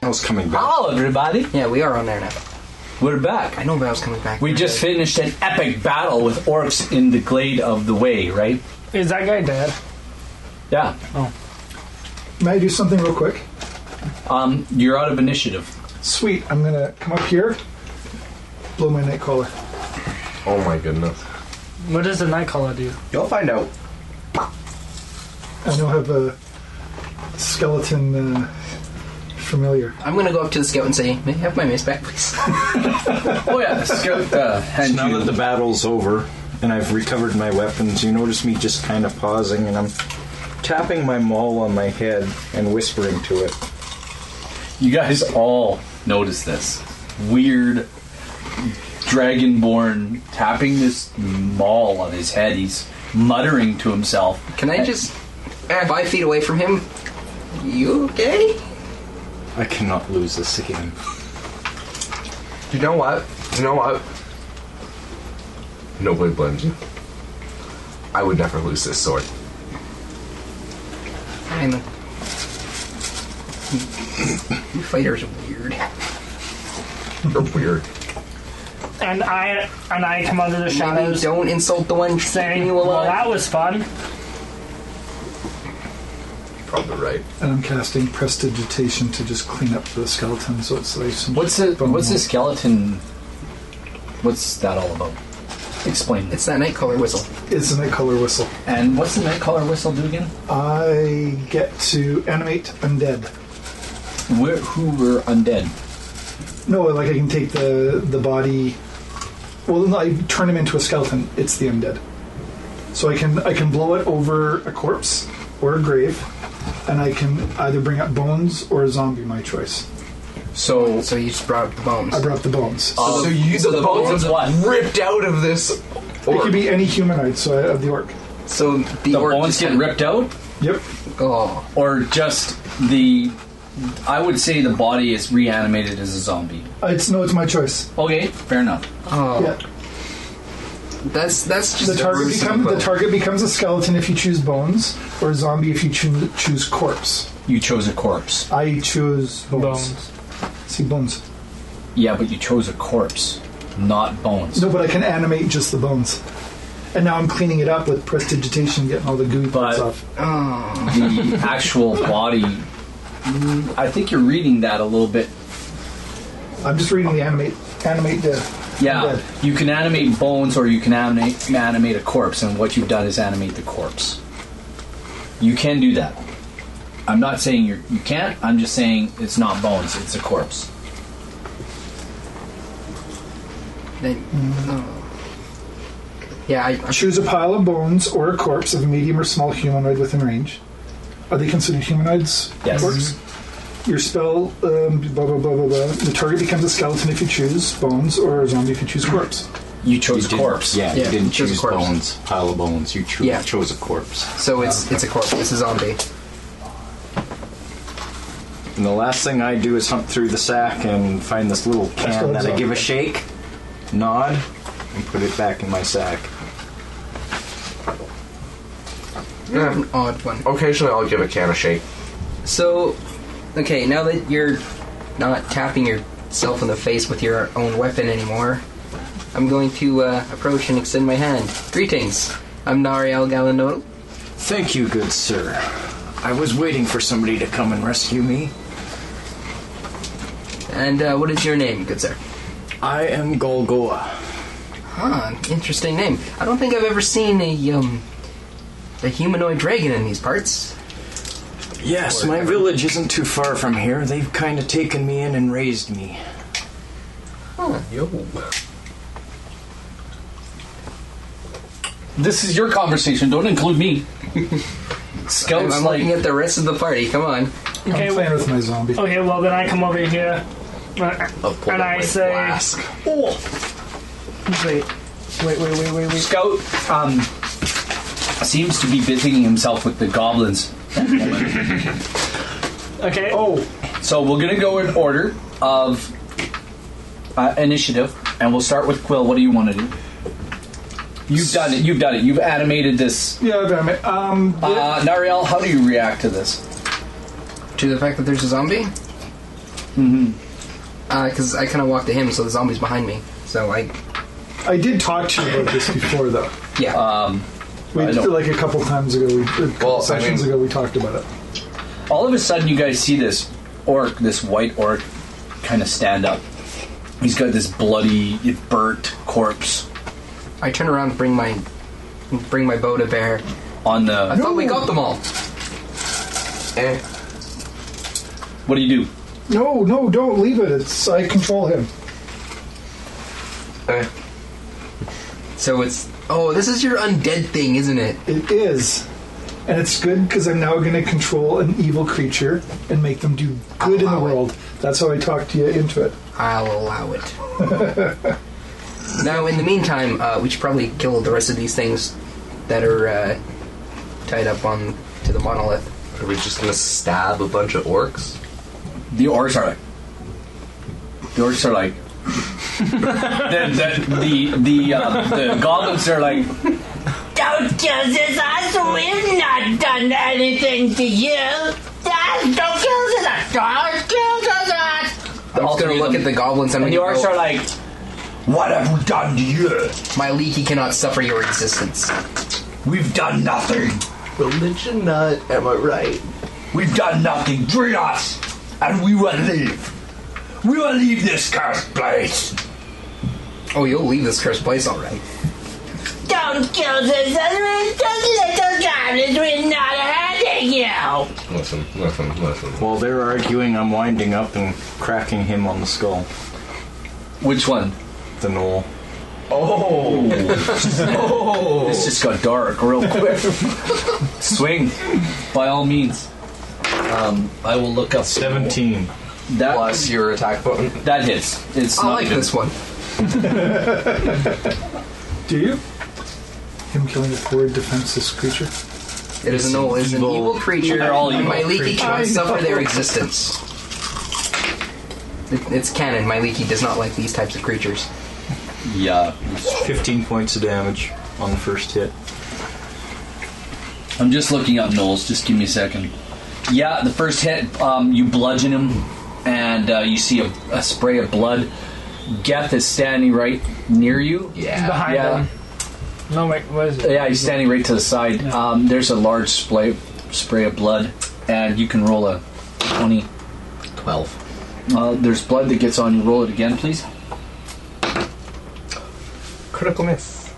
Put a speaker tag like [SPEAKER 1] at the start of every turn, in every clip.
[SPEAKER 1] Val's coming back.
[SPEAKER 2] Hello, everybody.
[SPEAKER 3] Yeah, we are on there now.
[SPEAKER 2] We're
[SPEAKER 3] I
[SPEAKER 2] back.
[SPEAKER 3] know Val's coming back.
[SPEAKER 2] We just finished an epic battle with orcs in the Glade of the Way, right?
[SPEAKER 4] Is that guy dead?
[SPEAKER 2] Yeah.
[SPEAKER 5] May I do something real quick?
[SPEAKER 2] Um, you're out of initiative.
[SPEAKER 5] Sweet. I'm gonna come up here, blow my nightcaller.
[SPEAKER 1] Oh my goodness.
[SPEAKER 4] What does the Nightcaller do?
[SPEAKER 6] You'll find out.
[SPEAKER 5] I now have a skeleton uh, familiar.
[SPEAKER 3] I'm gonna go up to the scout and say, "May I have my mace back, please?"
[SPEAKER 2] Oh yeah, Scout uh,
[SPEAKER 1] So
[SPEAKER 2] hand
[SPEAKER 1] now that
[SPEAKER 2] you.
[SPEAKER 1] the battle's over and I've recovered my weapons, you notice me just kind of pausing and I'm tapping my maul on my head and whispering to it.
[SPEAKER 2] You guys all notice this weird dragonborn tapping this maul on his head. He's muttering to himself.
[SPEAKER 3] Can I just eh, five feet away from him? You okay?
[SPEAKER 1] I cannot lose this again.
[SPEAKER 6] You know what? You know what? Nobody blames you. I would never lose this sword.
[SPEAKER 3] Fine. then. You fighters are weird.
[SPEAKER 6] You're weird.
[SPEAKER 4] And I and I come under the
[SPEAKER 3] Maybe
[SPEAKER 4] shadows
[SPEAKER 3] don't insult the one keeping
[SPEAKER 4] saying,
[SPEAKER 3] you
[SPEAKER 4] "Well,
[SPEAKER 3] alive.
[SPEAKER 4] that was fun."
[SPEAKER 6] Probably right.
[SPEAKER 5] And I'm casting prestidigitation to just clean up the skeleton, so it's like some.
[SPEAKER 2] What's the
[SPEAKER 5] bone
[SPEAKER 2] what's the
[SPEAKER 5] wall.
[SPEAKER 2] skeleton? What's that all about? Explain this.
[SPEAKER 3] It's that nightcaller whistle.
[SPEAKER 5] It's a nightcaller whistle.
[SPEAKER 2] And what's the Nightcaller whistle do again?
[SPEAKER 5] I get to animate undead.
[SPEAKER 2] Where, who were undead?
[SPEAKER 5] No, like I can take the the body. Well, no, I turn him into a skeleton. It's the undead. So I can I can blow it over a corpse or a grave, and I can either bring up bones or a zombie, my choice.
[SPEAKER 2] So
[SPEAKER 3] So you just brought up the bones.
[SPEAKER 5] I brought the bones.
[SPEAKER 6] so you
[SPEAKER 2] so
[SPEAKER 6] the,
[SPEAKER 2] the bones
[SPEAKER 6] bones
[SPEAKER 2] of what?
[SPEAKER 6] ripped out of this.
[SPEAKER 5] It
[SPEAKER 6] Orc.
[SPEAKER 5] could be any humanoid, so I, of the orc.
[SPEAKER 3] So the,
[SPEAKER 2] the
[SPEAKER 3] orc
[SPEAKER 2] bones
[SPEAKER 3] just
[SPEAKER 2] get
[SPEAKER 3] kinda-
[SPEAKER 2] ripped out,
[SPEAKER 5] Yep.
[SPEAKER 3] Oh,
[SPEAKER 2] or just the? I would say the body is reanimated as a zombie.
[SPEAKER 5] It's no, it's my choice.
[SPEAKER 2] Okay, fair enough.
[SPEAKER 3] oh,
[SPEAKER 5] Yeah.
[SPEAKER 3] that's that's just
[SPEAKER 5] The target
[SPEAKER 3] gruesome,
[SPEAKER 5] become,
[SPEAKER 3] but-
[SPEAKER 5] the target becomes a skeleton if you choose bones, or a zombie if you choo- choose corpse.
[SPEAKER 2] You chose a corpse.
[SPEAKER 5] I choose bones.
[SPEAKER 4] Bones.
[SPEAKER 5] See bones.
[SPEAKER 2] Yeah, but you chose a corpse, not bones.
[SPEAKER 5] No, but I can animate just the bones. And now I'm cleaning it up with prestidigitation, getting all the gooey parts
[SPEAKER 2] But-
[SPEAKER 5] off.
[SPEAKER 2] The actual body. Mm, I think you're reading that a little bit.
[SPEAKER 5] I'm just reading the animate animate dead.
[SPEAKER 2] Yeah,
[SPEAKER 5] Undead.
[SPEAKER 2] you can animate bones, or you can animate animate a corpse, and what you've done is animate the corpse. You can do that. I'm not saying you you can't. I'm just saying it's not bones; it's a corpse.
[SPEAKER 3] Then, oh. Yeah, I, I-
[SPEAKER 5] Choose a pile of bones or a corpse of a medium or small humanoid within range. Are they considered humanoids?
[SPEAKER 2] Yes. Mm-hmm.
[SPEAKER 5] Orcs? Your spell, um, blah, blah, blah, blah, blah. The target becomes a skeleton if you choose bones or a zombie if you choose corpse.
[SPEAKER 2] You chose
[SPEAKER 1] You
[SPEAKER 2] a
[SPEAKER 1] didn't-
[SPEAKER 2] corpse.
[SPEAKER 1] Yeah,
[SPEAKER 3] Yeah,
[SPEAKER 1] you didn't
[SPEAKER 3] chose a
[SPEAKER 1] choose
[SPEAKER 3] corpse.
[SPEAKER 1] bones, pile of bones. You cho-
[SPEAKER 3] Yeah.
[SPEAKER 1] chose a corpse.
[SPEAKER 3] so it's it's a corpse. It's a zombie.
[SPEAKER 1] And the last thing I do is hunt through the sack and find this little can that I give a shake, nod, and put it back in my sack.
[SPEAKER 3] An odd one.
[SPEAKER 6] Occasionally, I'll give a can a shake.
[SPEAKER 3] So, okay, now that you're not tapping yourself in the face with your own weapon anymore, I'm going to uh, approach and extend my hand. Greetings. I'm Nariel Galanodal.
[SPEAKER 1] Thank you, good sir. I was waiting for somebody to come and rescue me.
[SPEAKER 3] And uh, what is your name, good sir?
[SPEAKER 1] I am Golgoa.
[SPEAKER 3] Ah, interesting name. I don't think I've ever seen a um a humanoid dragon in these parts.
[SPEAKER 1] Yes, my village isn't too far from here. They've kind of taken me in and raised me.
[SPEAKER 2] This is your conversation. Don't include me.
[SPEAKER 3] I'm,
[SPEAKER 2] Scouts
[SPEAKER 3] I'm
[SPEAKER 2] like
[SPEAKER 3] looking at the rest of the party. Come on.
[SPEAKER 4] Okay, well,
[SPEAKER 5] I'm playing with my zombie.
[SPEAKER 4] okay, well then I come over here, uh,
[SPEAKER 3] Oh,
[SPEAKER 4] and I say, "Wait, wait, wait, wait, wait, wait."
[SPEAKER 2] Scout um, seems to be busying himself with the goblins.
[SPEAKER 4] Okay,
[SPEAKER 5] Oh,
[SPEAKER 2] So we're gonna go in order of uh, initiative, and we'll start with Quill. What do you want to do? You've done it. You've done it. You've animated this.
[SPEAKER 5] yeah, damn it. Um,
[SPEAKER 2] Uh, Nariel, how do you react to this?
[SPEAKER 3] To the fact that there's a zombie? Because Uh, I kind of walked to him, so the zombie's behind me. So I,
[SPEAKER 5] I did talk to you about this before, though.
[SPEAKER 3] yeah.
[SPEAKER 5] We
[SPEAKER 2] I don't-
[SPEAKER 5] like a couple times ago, we, a couple
[SPEAKER 6] Well, I
[SPEAKER 5] sessions
[SPEAKER 6] mean-
[SPEAKER 5] ago, we talked about it.
[SPEAKER 2] all of a sudden you guys see this orc, this white orc, kind of stand up. He's got this bloody, burnt corpse
[SPEAKER 3] I turn around and bring my bring my bow to bear.
[SPEAKER 2] on
[SPEAKER 3] I
[SPEAKER 2] the.
[SPEAKER 3] thought we got them all.
[SPEAKER 6] Eh.
[SPEAKER 2] What do you do?
[SPEAKER 5] No, no, don't leave it. It's I control him.
[SPEAKER 6] Eh.
[SPEAKER 3] So it's oh, this is your undead thing, isn't it?
[SPEAKER 5] It is, and it's good because I'm now going to control an evil creature and make them do good in the
[SPEAKER 3] Allow it.
[SPEAKER 5] world. That's how I talked you into it.
[SPEAKER 3] I'll allow it. now, in the meantime, uh, we should probably kill the rest of these things that are uh, tied up on to the monolith.
[SPEAKER 6] Are we just gonna stab a bunch of orcs?
[SPEAKER 2] The orcs are like. The orcs are like. the the the, the, uh, the goblins are like.
[SPEAKER 7] Don't kill this asshole. We've not done anything to you. Ah, Don't kill this asshole. Don't kill this asshole.
[SPEAKER 3] I'm
[SPEAKER 2] all
[SPEAKER 3] just gonna
[SPEAKER 2] three of
[SPEAKER 3] look
[SPEAKER 2] them.
[SPEAKER 3] at the goblins and,
[SPEAKER 2] And the
[SPEAKER 3] I'm gonna
[SPEAKER 2] orcs
[SPEAKER 3] go,
[SPEAKER 2] are like. What have we done to you?
[SPEAKER 3] My leaky cannot suffer your existence.
[SPEAKER 2] We've done nothing.
[SPEAKER 6] Religion nut, am I right?
[SPEAKER 2] We've done nothing. Treat us, and we will leave. We will leave this cursed place.
[SPEAKER 3] Oh, you'll leave this cursed place, all right.
[SPEAKER 7] Don't kill this asshole. Just little goblins. We're not hurting you.
[SPEAKER 6] Listen, listen, listen.
[SPEAKER 1] While they're arguing, I'm winding up and cracking him on the skull.
[SPEAKER 2] Which one?
[SPEAKER 1] The knoll.
[SPEAKER 2] This just got dark real quick. Swing, by all means. Um,
[SPEAKER 8] I will look up
[SPEAKER 1] 17.
[SPEAKER 2] That
[SPEAKER 6] Plus your attack button.
[SPEAKER 2] that hits. It's
[SPEAKER 3] I
[SPEAKER 2] not
[SPEAKER 3] like
[SPEAKER 2] even-
[SPEAKER 3] this one.
[SPEAKER 5] Do you? Him killing a poor defenseless creature.
[SPEAKER 3] It is an old, it is an
[SPEAKER 2] evil-
[SPEAKER 3] evil creature.
[SPEAKER 2] They're all
[SPEAKER 3] and my
[SPEAKER 2] evil
[SPEAKER 3] leaky
[SPEAKER 2] creatures.
[SPEAKER 3] cannot
[SPEAKER 5] I
[SPEAKER 3] suffer their
[SPEAKER 5] know.
[SPEAKER 3] existence. It, it's canon. My leaky does not like these types of creatures.
[SPEAKER 2] Yeah,
[SPEAKER 1] 15 points of damage on the first hit.
[SPEAKER 2] I'm just looking up Knowles. Just give me a second. Yeah, the first hit, um, you bludgeon him, and uh, you see a, a spray of blood. Geth is standing right near you.
[SPEAKER 6] Yeah.
[SPEAKER 4] Behind
[SPEAKER 2] yeah.
[SPEAKER 4] them. No, wait, what is it?
[SPEAKER 2] Yeah, he's standing right to the side. Um, there's a large spray spray of blood, and you can roll a twenty.
[SPEAKER 6] Twelve.
[SPEAKER 2] Uh, there's blood that gets on you. Roll it again, please.
[SPEAKER 6] Critical miss.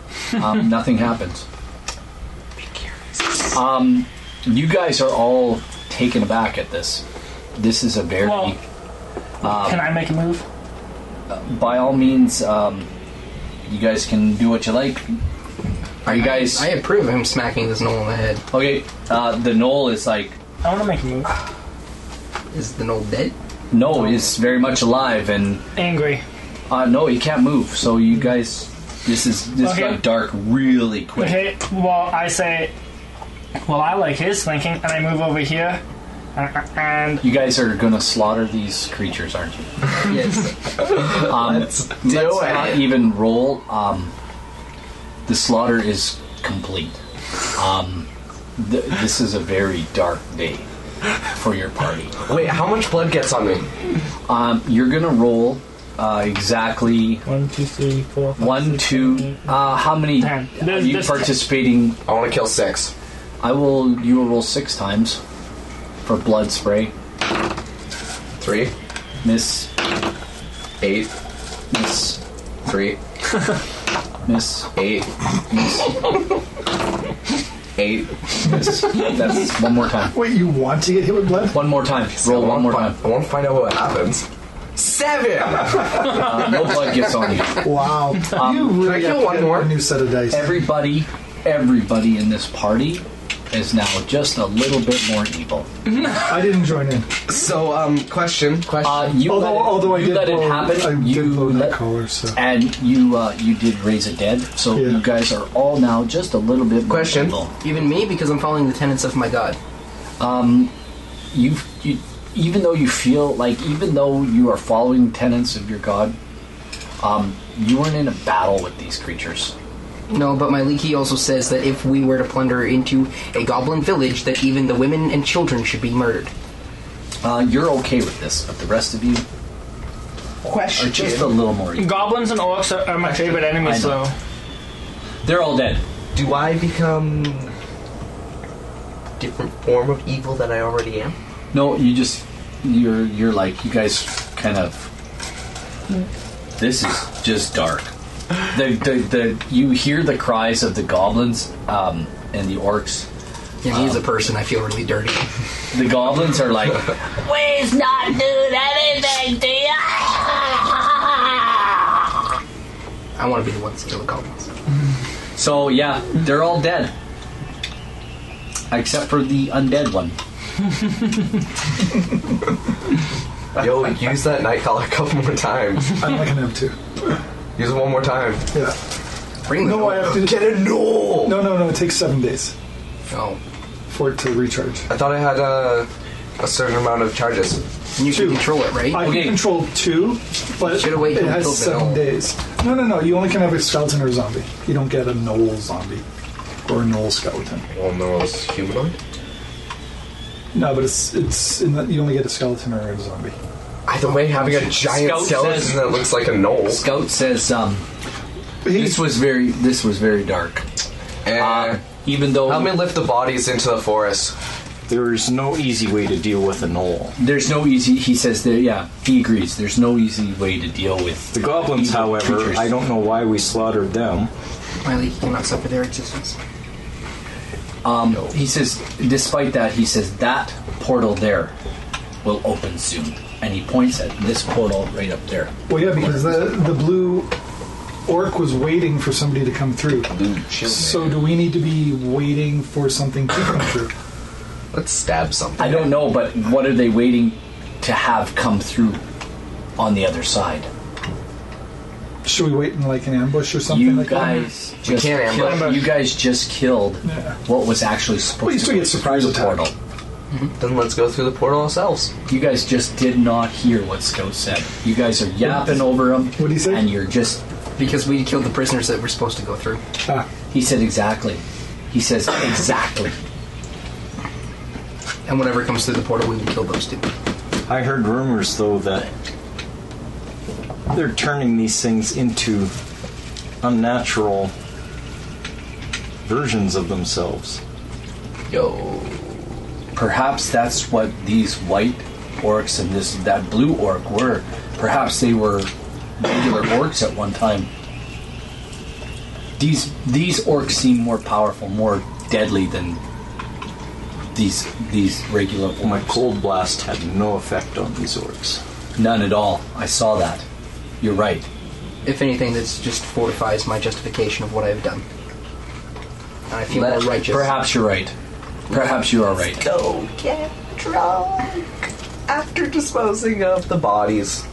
[SPEAKER 2] Um, nothing happens. Um, you guys are all taken aback at this. This is a very,
[SPEAKER 4] Well-
[SPEAKER 3] Um.
[SPEAKER 4] Can I make a move?
[SPEAKER 2] by all means, um, you guys can do what you like. Are you guys
[SPEAKER 3] I approve of him smacking this knoll in the head.
[SPEAKER 2] okay? Uh, the knoll is like
[SPEAKER 4] I want to make a move.
[SPEAKER 3] Is the knoll dead?
[SPEAKER 2] no, it's very much alive, and
[SPEAKER 4] Angry.
[SPEAKER 2] uh, no, he can't move. So you guys, this is this
[SPEAKER 4] Okay.
[SPEAKER 2] got dark really quick.
[SPEAKER 4] Okay, well, I say, well, I like his thinking, and I move over here, and, and
[SPEAKER 2] You guys are gonna slaughter these creatures, aren't you?
[SPEAKER 3] Yes.
[SPEAKER 2] Um, let's not even roll. Um, the slaughter is complete. Um, th- this is a very dark day for your party.
[SPEAKER 6] Wait, how much blood gets on me?
[SPEAKER 2] Um, you're gonna roll uh, exactly
[SPEAKER 4] one, two, three, four, five,
[SPEAKER 2] one,
[SPEAKER 4] six,
[SPEAKER 2] two.
[SPEAKER 4] seven, eight.
[SPEAKER 2] Uh, how many
[SPEAKER 4] Ten.
[SPEAKER 2] are
[SPEAKER 4] There's-
[SPEAKER 2] you
[SPEAKER 4] there's-
[SPEAKER 2] participating?
[SPEAKER 6] I want to kill six.
[SPEAKER 2] I will. You will roll six times for blood spray.
[SPEAKER 6] Three,
[SPEAKER 2] Miss,
[SPEAKER 6] eight,
[SPEAKER 2] miss,
[SPEAKER 6] three,
[SPEAKER 2] miss,
[SPEAKER 6] eight, eight.
[SPEAKER 2] miss. That's one more time.
[SPEAKER 5] Wait, you want to get hit with blood?
[SPEAKER 2] One more time. Roll
[SPEAKER 6] I
[SPEAKER 2] one
[SPEAKER 6] wanna
[SPEAKER 2] more
[SPEAKER 6] fi-
[SPEAKER 2] time.
[SPEAKER 6] I want to find out what happens. Seven.
[SPEAKER 2] Uh, no blood gets on you.
[SPEAKER 5] Wow, you
[SPEAKER 6] Can I
[SPEAKER 5] really
[SPEAKER 6] kill
[SPEAKER 5] have to
[SPEAKER 6] one
[SPEAKER 5] get
[SPEAKER 6] more?
[SPEAKER 5] a new set of dice.
[SPEAKER 2] everybody, everybody in this party is now just a little bit more evil.
[SPEAKER 5] I didn't join in,
[SPEAKER 6] So, um, question, question.
[SPEAKER 2] Uh, you
[SPEAKER 5] although
[SPEAKER 2] let it,
[SPEAKER 5] although I
[SPEAKER 2] you
[SPEAKER 5] did
[SPEAKER 2] let
[SPEAKER 5] blow,
[SPEAKER 2] it happen,
[SPEAKER 5] I
[SPEAKER 2] you
[SPEAKER 5] did blow
[SPEAKER 2] let,
[SPEAKER 5] that collar. So
[SPEAKER 2] and you uh, you did raise a dead. So
[SPEAKER 5] Yeah.
[SPEAKER 2] you guys are all now just a little bit more
[SPEAKER 6] Question.
[SPEAKER 2] evil.
[SPEAKER 3] Even me, because I'm following the tenets of my god.
[SPEAKER 2] You you even though you feel like even though you are following tenets of your god, um, you weren't in a battle with these creatures.
[SPEAKER 3] No, but my leaky also says that if we were to plunder into a goblin village, that even the women and children should be murdered.
[SPEAKER 2] Uh, you're okay with this, but the rest of you are
[SPEAKER 4] Question.
[SPEAKER 2] just a little more. eager.
[SPEAKER 4] Goblins and orcs are, are my favorite enemies,
[SPEAKER 2] I know.
[SPEAKER 4] though.
[SPEAKER 2] They're all dead.
[SPEAKER 6] Do I become?
[SPEAKER 3] Different form of evil that I already am.
[SPEAKER 2] No, you just you're you're like you guys kind of. This is just dark. The, the, the you hear the cries of the goblins um, and the orcs.
[SPEAKER 3] Yeah, me as a person, I feel really dirty.
[SPEAKER 2] The goblins are like
[SPEAKER 7] Please not do anything to you.
[SPEAKER 3] I want to be the ones to kill the goblins.
[SPEAKER 2] so yeah, they're all dead except for the undead one.
[SPEAKER 6] Yo, use that nightcrawler a couple more times.
[SPEAKER 5] I'm not gonna have to.
[SPEAKER 6] Use it one more time.
[SPEAKER 5] Yeah.
[SPEAKER 3] Bring them.
[SPEAKER 5] No, I have to.
[SPEAKER 6] Get it? No.
[SPEAKER 5] No, no, no. It takes seven days
[SPEAKER 3] Oh,
[SPEAKER 5] for it to recharge.
[SPEAKER 6] I thought I had uh, a certain amount of charges.
[SPEAKER 3] and you
[SPEAKER 5] Two.
[SPEAKER 3] can control it, right?
[SPEAKER 5] I
[SPEAKER 2] Okay.
[SPEAKER 5] can control two, but
[SPEAKER 3] Should've waited
[SPEAKER 5] it
[SPEAKER 3] till
[SPEAKER 5] has
[SPEAKER 3] Bill
[SPEAKER 5] seven
[SPEAKER 3] Bell.
[SPEAKER 2] Oh.
[SPEAKER 5] days. No, no, no. You only can have a skeleton or a zombie. You don't get a knoll zombie or a knoll skeleton.
[SPEAKER 6] Well, no, it's humanoid.
[SPEAKER 5] No, but it's it's in the, you only get a skeleton or a zombie.
[SPEAKER 6] Either way, having a giant
[SPEAKER 2] Scout
[SPEAKER 6] skeleton
[SPEAKER 2] says-
[SPEAKER 6] that looks like a knoll.
[SPEAKER 2] Scout says, um,
[SPEAKER 5] But he-
[SPEAKER 2] "This was very this was very dark." Uh,
[SPEAKER 6] And
[SPEAKER 2] even though
[SPEAKER 6] help me lift the bodies into the forest.
[SPEAKER 1] There's no easy way to deal with a knoll.
[SPEAKER 2] There's no easy. He says there. Yeah, he agrees. There's no easy way to deal with
[SPEAKER 1] The goblins,
[SPEAKER 2] evil
[SPEAKER 1] however,
[SPEAKER 2] creatures.
[SPEAKER 1] I don't know why we slaughtered them.
[SPEAKER 3] Miley cannot suffer their existence.
[SPEAKER 2] He says, despite that, he says that portal there will open soon, and he points at this portal right up there.
[SPEAKER 5] well, yeah, because the the blue orc was waiting for somebody to come through. So do we need to be waiting for something to come through?
[SPEAKER 6] Let's stab something.
[SPEAKER 2] I don't know, but what are they waiting to have come through on the other side?
[SPEAKER 5] Should we wait in like an ambush or something
[SPEAKER 2] You
[SPEAKER 5] like
[SPEAKER 2] guys, just
[SPEAKER 6] can't
[SPEAKER 2] killed-
[SPEAKER 6] ambush.
[SPEAKER 2] you guys just killed
[SPEAKER 5] Yeah.
[SPEAKER 2] what was actually supposed
[SPEAKER 5] Well, you
[SPEAKER 2] to
[SPEAKER 5] still
[SPEAKER 2] be
[SPEAKER 5] get surprise
[SPEAKER 2] through the
[SPEAKER 5] attack.
[SPEAKER 2] portal.
[SPEAKER 6] Then let's go through the portal ourselves.
[SPEAKER 2] You guys just did not hear what Scout said. You guys are yapping over him.
[SPEAKER 5] What'd he say?
[SPEAKER 2] And you're just
[SPEAKER 3] Because we killed the prisoners that we're supposed to go through.
[SPEAKER 5] that? Ah,
[SPEAKER 2] He said exactly. He says exactly.
[SPEAKER 3] And whatever comes through the portal, we will kill those two.
[SPEAKER 1] I heard rumors, though, that they're turning these things into unnatural versions of themselves.
[SPEAKER 6] Yo.
[SPEAKER 2] Perhaps that's what these white orcs and this that blue orc were. Perhaps they were regular orcs at one time. These these orcs seem more powerful, more deadly than these these regular orcs.
[SPEAKER 1] My cold blast had no effect on these orcs.
[SPEAKER 2] None at all. I saw that. You're right.
[SPEAKER 3] If anything, this just fortifies my justification of what I've done. And I feel more righteous.
[SPEAKER 2] Perhaps you're right. Perhaps you are right.
[SPEAKER 6] Go get drunk. After disposing of the bodies.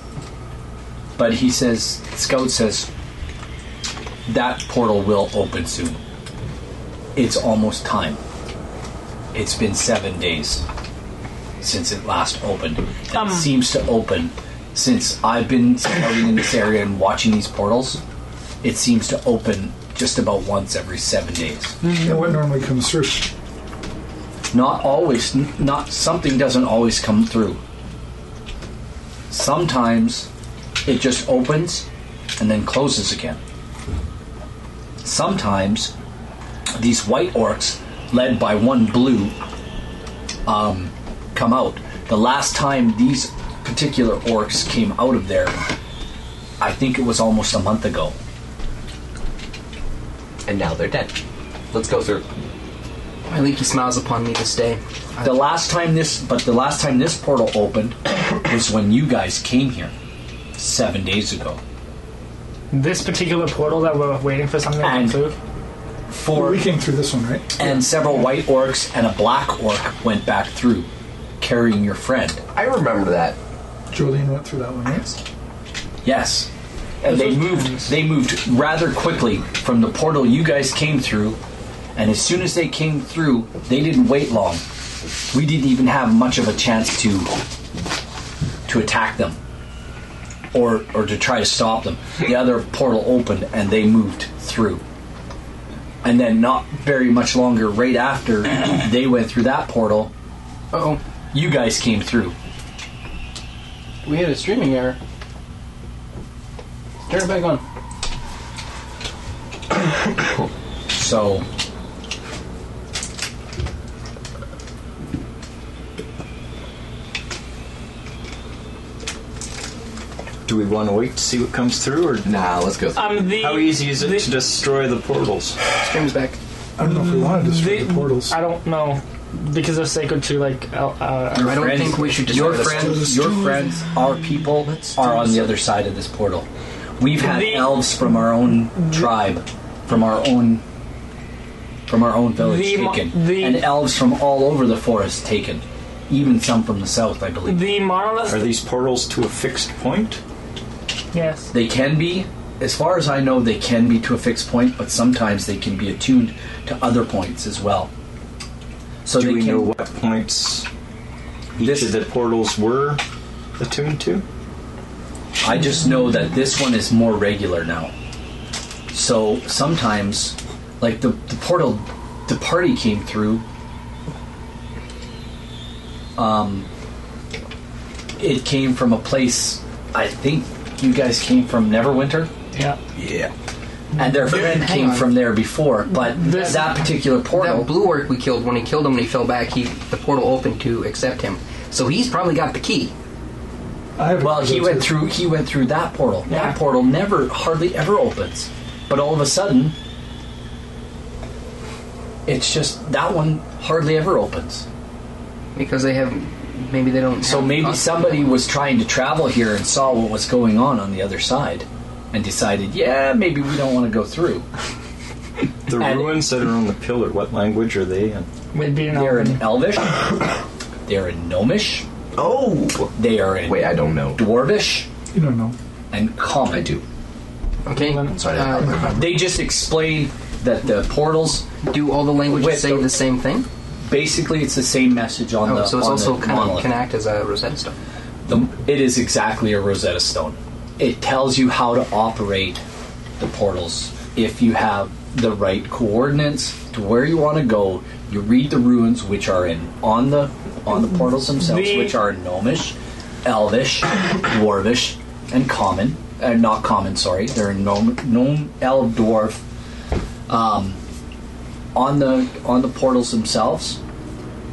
[SPEAKER 2] But he says, Scout says, that portal will open soon. It's almost time. It's been seven days since it last opened. And
[SPEAKER 4] Um.
[SPEAKER 2] it seems to open since I've been scouting in this area and watching these portals. It seems to open just about once every seven days.
[SPEAKER 5] and what normally comes through?
[SPEAKER 2] Not always, n- not something doesn't always come through. Sometimes it just opens and then closes again. Sometimes these white orcs, led by one blue, um, come out. The last time these particular orcs came out of there, I think it was almost a month ago.
[SPEAKER 6] And now they're dead. Let's go through.
[SPEAKER 3] My leaky smiles upon me this day. I-
[SPEAKER 2] The last time this, but the last time this portal opened was when you guys came here seven days ago.
[SPEAKER 4] This particular portal that we're waiting for something to come
[SPEAKER 2] And-
[SPEAKER 4] through.
[SPEAKER 5] Well,
[SPEAKER 2] Four
[SPEAKER 5] we came through this one, right?
[SPEAKER 2] and several white orcs and a black orc went back through, carrying your friend.
[SPEAKER 6] I remember that.
[SPEAKER 5] Jolene went through that one, right?
[SPEAKER 2] Yes, and they moved. They moved rather quickly from the portal you guys came through, and as soon as they came through, they didn't wait long. We didn't even have much of a chance to to attack them or or to try to stop them. The other portal opened and they moved through. And then not very much longer right after they went through that portal,
[SPEAKER 3] Uh-oh.
[SPEAKER 2] you guys came through.
[SPEAKER 3] We had a streaming error. Turn it back on.
[SPEAKER 2] So.
[SPEAKER 1] Do we want to wait to see what comes through, or
[SPEAKER 8] Nah, let's go.
[SPEAKER 4] Um, the,
[SPEAKER 1] how easy is it
[SPEAKER 4] the-
[SPEAKER 1] to destroy the portals?
[SPEAKER 3] Stream's back.
[SPEAKER 5] I don't know if we want to destroy
[SPEAKER 4] the-
[SPEAKER 5] the portals.
[SPEAKER 4] I don't know because of sacred to like. Uh, uh,
[SPEAKER 3] I don't
[SPEAKER 2] friends-
[SPEAKER 3] think we should destroy
[SPEAKER 2] Your
[SPEAKER 3] the
[SPEAKER 2] friends, your friends, our people are on the other side of this portal. We've had
[SPEAKER 4] The-
[SPEAKER 2] elves from our own tribe, from our own, from our own village
[SPEAKER 4] The mo-
[SPEAKER 2] taken,
[SPEAKER 4] the-
[SPEAKER 2] and elves from all over the forest taken, even some from the south, I believe.
[SPEAKER 4] the
[SPEAKER 1] Are
[SPEAKER 4] Marla.
[SPEAKER 1] these portals to a fixed point?
[SPEAKER 4] Yes.
[SPEAKER 2] They can be, as far as I know, they can be to a fixed point, but sometimes they can be attuned to other points as well. So
[SPEAKER 1] Do
[SPEAKER 2] they
[SPEAKER 1] we
[SPEAKER 2] can.
[SPEAKER 1] know what points each
[SPEAKER 2] This-
[SPEAKER 1] of the portals were attuned to?
[SPEAKER 2] I just know that this one is more regular now. So sometimes, like the, the portal, the party came through. Um, Um, it came from a place. I think you guys came from Neverwinter,
[SPEAKER 4] Yeah.
[SPEAKER 8] Yeah.
[SPEAKER 2] and their friend
[SPEAKER 3] hang
[SPEAKER 2] came
[SPEAKER 3] on.
[SPEAKER 2] from there before. But
[SPEAKER 4] This-
[SPEAKER 2] that particular portal,
[SPEAKER 3] That blue orc we killed, when he killed him and he fell back, he the portal opened to accept him. So he's probably got the key.
[SPEAKER 5] I have a
[SPEAKER 2] Well, he
[SPEAKER 5] clue,
[SPEAKER 2] went
[SPEAKER 5] too.
[SPEAKER 2] through. He went through that portal.
[SPEAKER 4] Yeah.
[SPEAKER 2] That portal never, hardly ever opens. But all of a sudden, it's just that one hardly ever opens.
[SPEAKER 3] Because they have, maybe they don't.
[SPEAKER 2] So
[SPEAKER 3] have
[SPEAKER 2] maybe
[SPEAKER 3] us-
[SPEAKER 2] somebody was trying to travel here and saw what was going on on the other side, and decided, yeah, maybe we don't want to go through.
[SPEAKER 1] The
[SPEAKER 2] And-
[SPEAKER 1] ruins that are on the pillar, what language are they in?
[SPEAKER 4] Would be an
[SPEAKER 2] They're in
[SPEAKER 4] open.
[SPEAKER 2] Elvish. They're in Gnomish.
[SPEAKER 8] Oh!
[SPEAKER 2] They are in
[SPEAKER 8] Wait, I don't know.
[SPEAKER 2] Dwarvish
[SPEAKER 5] You don't know.
[SPEAKER 2] and Common.
[SPEAKER 8] I do.
[SPEAKER 3] Okay.
[SPEAKER 8] Sorry, I don't
[SPEAKER 3] Uh,
[SPEAKER 8] remember.
[SPEAKER 2] They just explain that the portals
[SPEAKER 3] do all the languages
[SPEAKER 2] Wait,
[SPEAKER 3] say
[SPEAKER 2] so-
[SPEAKER 3] the same thing?
[SPEAKER 2] basically it's the same message on
[SPEAKER 3] Oh,
[SPEAKER 2] the
[SPEAKER 3] so it's
[SPEAKER 2] on
[SPEAKER 3] also
[SPEAKER 2] the
[SPEAKER 3] kind of
[SPEAKER 2] monolith.
[SPEAKER 3] can act as a Rosetta Stone.
[SPEAKER 2] The- it is exactly a Rosetta Stone. It tells you how to operate the portals if you have the right coordinates to where you want to go. You read the runes, which are in on the on the portals themselves,
[SPEAKER 4] The-
[SPEAKER 2] which are Gnomish, Elvish, Dwarvish, and Common. Uh, not Common, sorry. They're Gnome, Gnome, Elf, Dwarf. Um, on the on the portals themselves,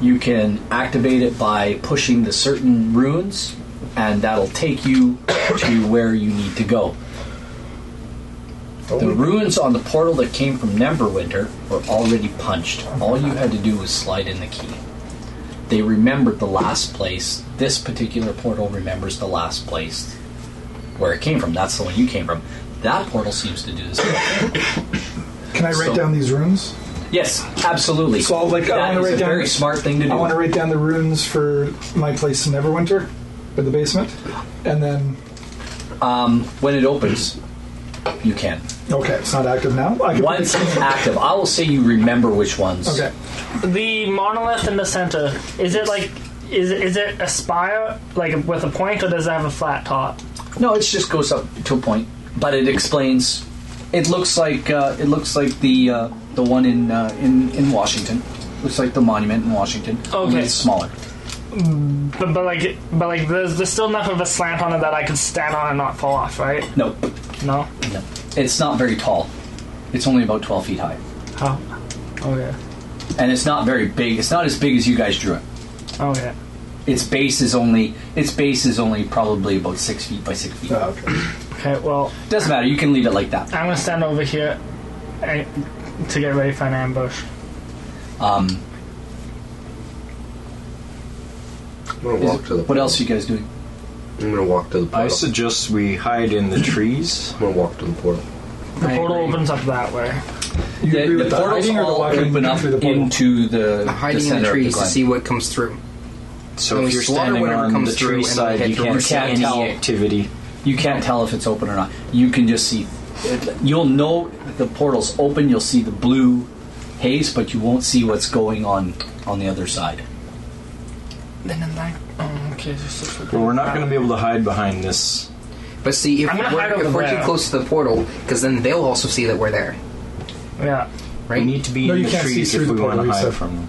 [SPEAKER 2] you can activate it by pushing the certain runes, and that'll take you to where you need to go. The runes on the portal that came from Neverwinter were already punched. All you had to do was slide in the key. They remembered the last place. This particular portal remembers the last place where it came from. That's the one you came from. That portal seems to do this.
[SPEAKER 5] Can I write
[SPEAKER 2] So-
[SPEAKER 5] down these runes?
[SPEAKER 2] yes, absolutely.
[SPEAKER 5] So I'll, like, I
[SPEAKER 2] That
[SPEAKER 5] wanna
[SPEAKER 2] is
[SPEAKER 5] write
[SPEAKER 2] a
[SPEAKER 5] down-
[SPEAKER 2] very smart thing to do.
[SPEAKER 5] I want to write down the runes for my place in Neverwinter, in the basement, and then
[SPEAKER 2] when it opens, you can.
[SPEAKER 5] okay, it's not active now. I can
[SPEAKER 2] Once it's active, I will say you remember which ones.
[SPEAKER 5] Okay,
[SPEAKER 4] The monolith in the center. Is it like? Is it, is it a spire like with a point, or does it have a flat top?
[SPEAKER 2] No, it just goes up to a point, but it explains. It looks like uh, it looks like the uh, the one in uh, in in Washington. Looks like the monument in Washington. only
[SPEAKER 4] Okay.
[SPEAKER 2] it's smaller.
[SPEAKER 4] But, but like, but like, there's, there's still enough of a slant on it that I could stand on and not fall off, right?
[SPEAKER 2] No,
[SPEAKER 4] No.
[SPEAKER 2] no, it's not very tall. It's only about twelve feet high,
[SPEAKER 4] Oh. Okay.
[SPEAKER 2] and it's not very big. It's not as big as you guys drew it.
[SPEAKER 4] Okay.
[SPEAKER 2] Its base is only its base is only probably about six feet by six feet.
[SPEAKER 5] Ah, okay.
[SPEAKER 4] Okay. Well,
[SPEAKER 2] Doesn't matter. You can leave it like that.
[SPEAKER 4] I'm gonna stand over here and, to get ready for an ambush.
[SPEAKER 2] Um,
[SPEAKER 8] I'm gonna
[SPEAKER 2] is-
[SPEAKER 8] walk to the.
[SPEAKER 2] what else are you guys doing?
[SPEAKER 8] I'm gonna walk to the
[SPEAKER 1] I
[SPEAKER 8] portal.
[SPEAKER 1] suggest we hide in the trees.
[SPEAKER 8] I'm gonna walk to the portal.
[SPEAKER 4] The
[SPEAKER 3] I
[SPEAKER 4] portal
[SPEAKER 3] agree.
[SPEAKER 4] opens up that way.
[SPEAKER 5] You agree
[SPEAKER 2] The,
[SPEAKER 5] with
[SPEAKER 2] the
[SPEAKER 5] the
[SPEAKER 2] portals
[SPEAKER 5] hiding or the
[SPEAKER 2] all
[SPEAKER 5] walking
[SPEAKER 2] open up
[SPEAKER 5] through the portal?
[SPEAKER 2] into the
[SPEAKER 3] Hiding in
[SPEAKER 2] center
[SPEAKER 3] the
[SPEAKER 2] of
[SPEAKER 3] trees to
[SPEAKER 2] glen.
[SPEAKER 3] see what comes through.
[SPEAKER 1] So
[SPEAKER 3] And
[SPEAKER 1] if
[SPEAKER 3] we
[SPEAKER 1] you're
[SPEAKER 3] slaughter
[SPEAKER 1] standing
[SPEAKER 3] whatever
[SPEAKER 1] on
[SPEAKER 3] comes
[SPEAKER 1] the
[SPEAKER 3] through
[SPEAKER 1] tree
[SPEAKER 3] and we
[SPEAKER 1] side,
[SPEAKER 3] head
[SPEAKER 1] you can't
[SPEAKER 3] towards
[SPEAKER 1] see
[SPEAKER 2] the
[SPEAKER 1] any
[SPEAKER 2] enemy.
[SPEAKER 1] activity.
[SPEAKER 2] You can't tell if it's open or not. You can just see. You'll know the portal's open. You'll see the blue haze, but you won't see what's going on on the other side.
[SPEAKER 3] Then I'm like-
[SPEAKER 4] Oh, Okay. Just
[SPEAKER 1] Well, we're not going to be able to hide behind this.
[SPEAKER 3] But see, if
[SPEAKER 4] I'm gonna hide
[SPEAKER 3] we're,
[SPEAKER 4] over
[SPEAKER 3] if we're too
[SPEAKER 4] there.
[SPEAKER 3] close to the portal, because then they'll also see that we're there,
[SPEAKER 4] yeah.
[SPEAKER 1] We
[SPEAKER 3] right?
[SPEAKER 2] Mm-hmm.
[SPEAKER 1] need to be
[SPEAKER 5] No,
[SPEAKER 1] in
[SPEAKER 5] you
[SPEAKER 1] the
[SPEAKER 5] can't see
[SPEAKER 1] trees
[SPEAKER 5] through
[SPEAKER 1] if
[SPEAKER 5] the
[SPEAKER 1] we want to
[SPEAKER 5] portal, you
[SPEAKER 1] hide
[SPEAKER 5] said.
[SPEAKER 1] from them.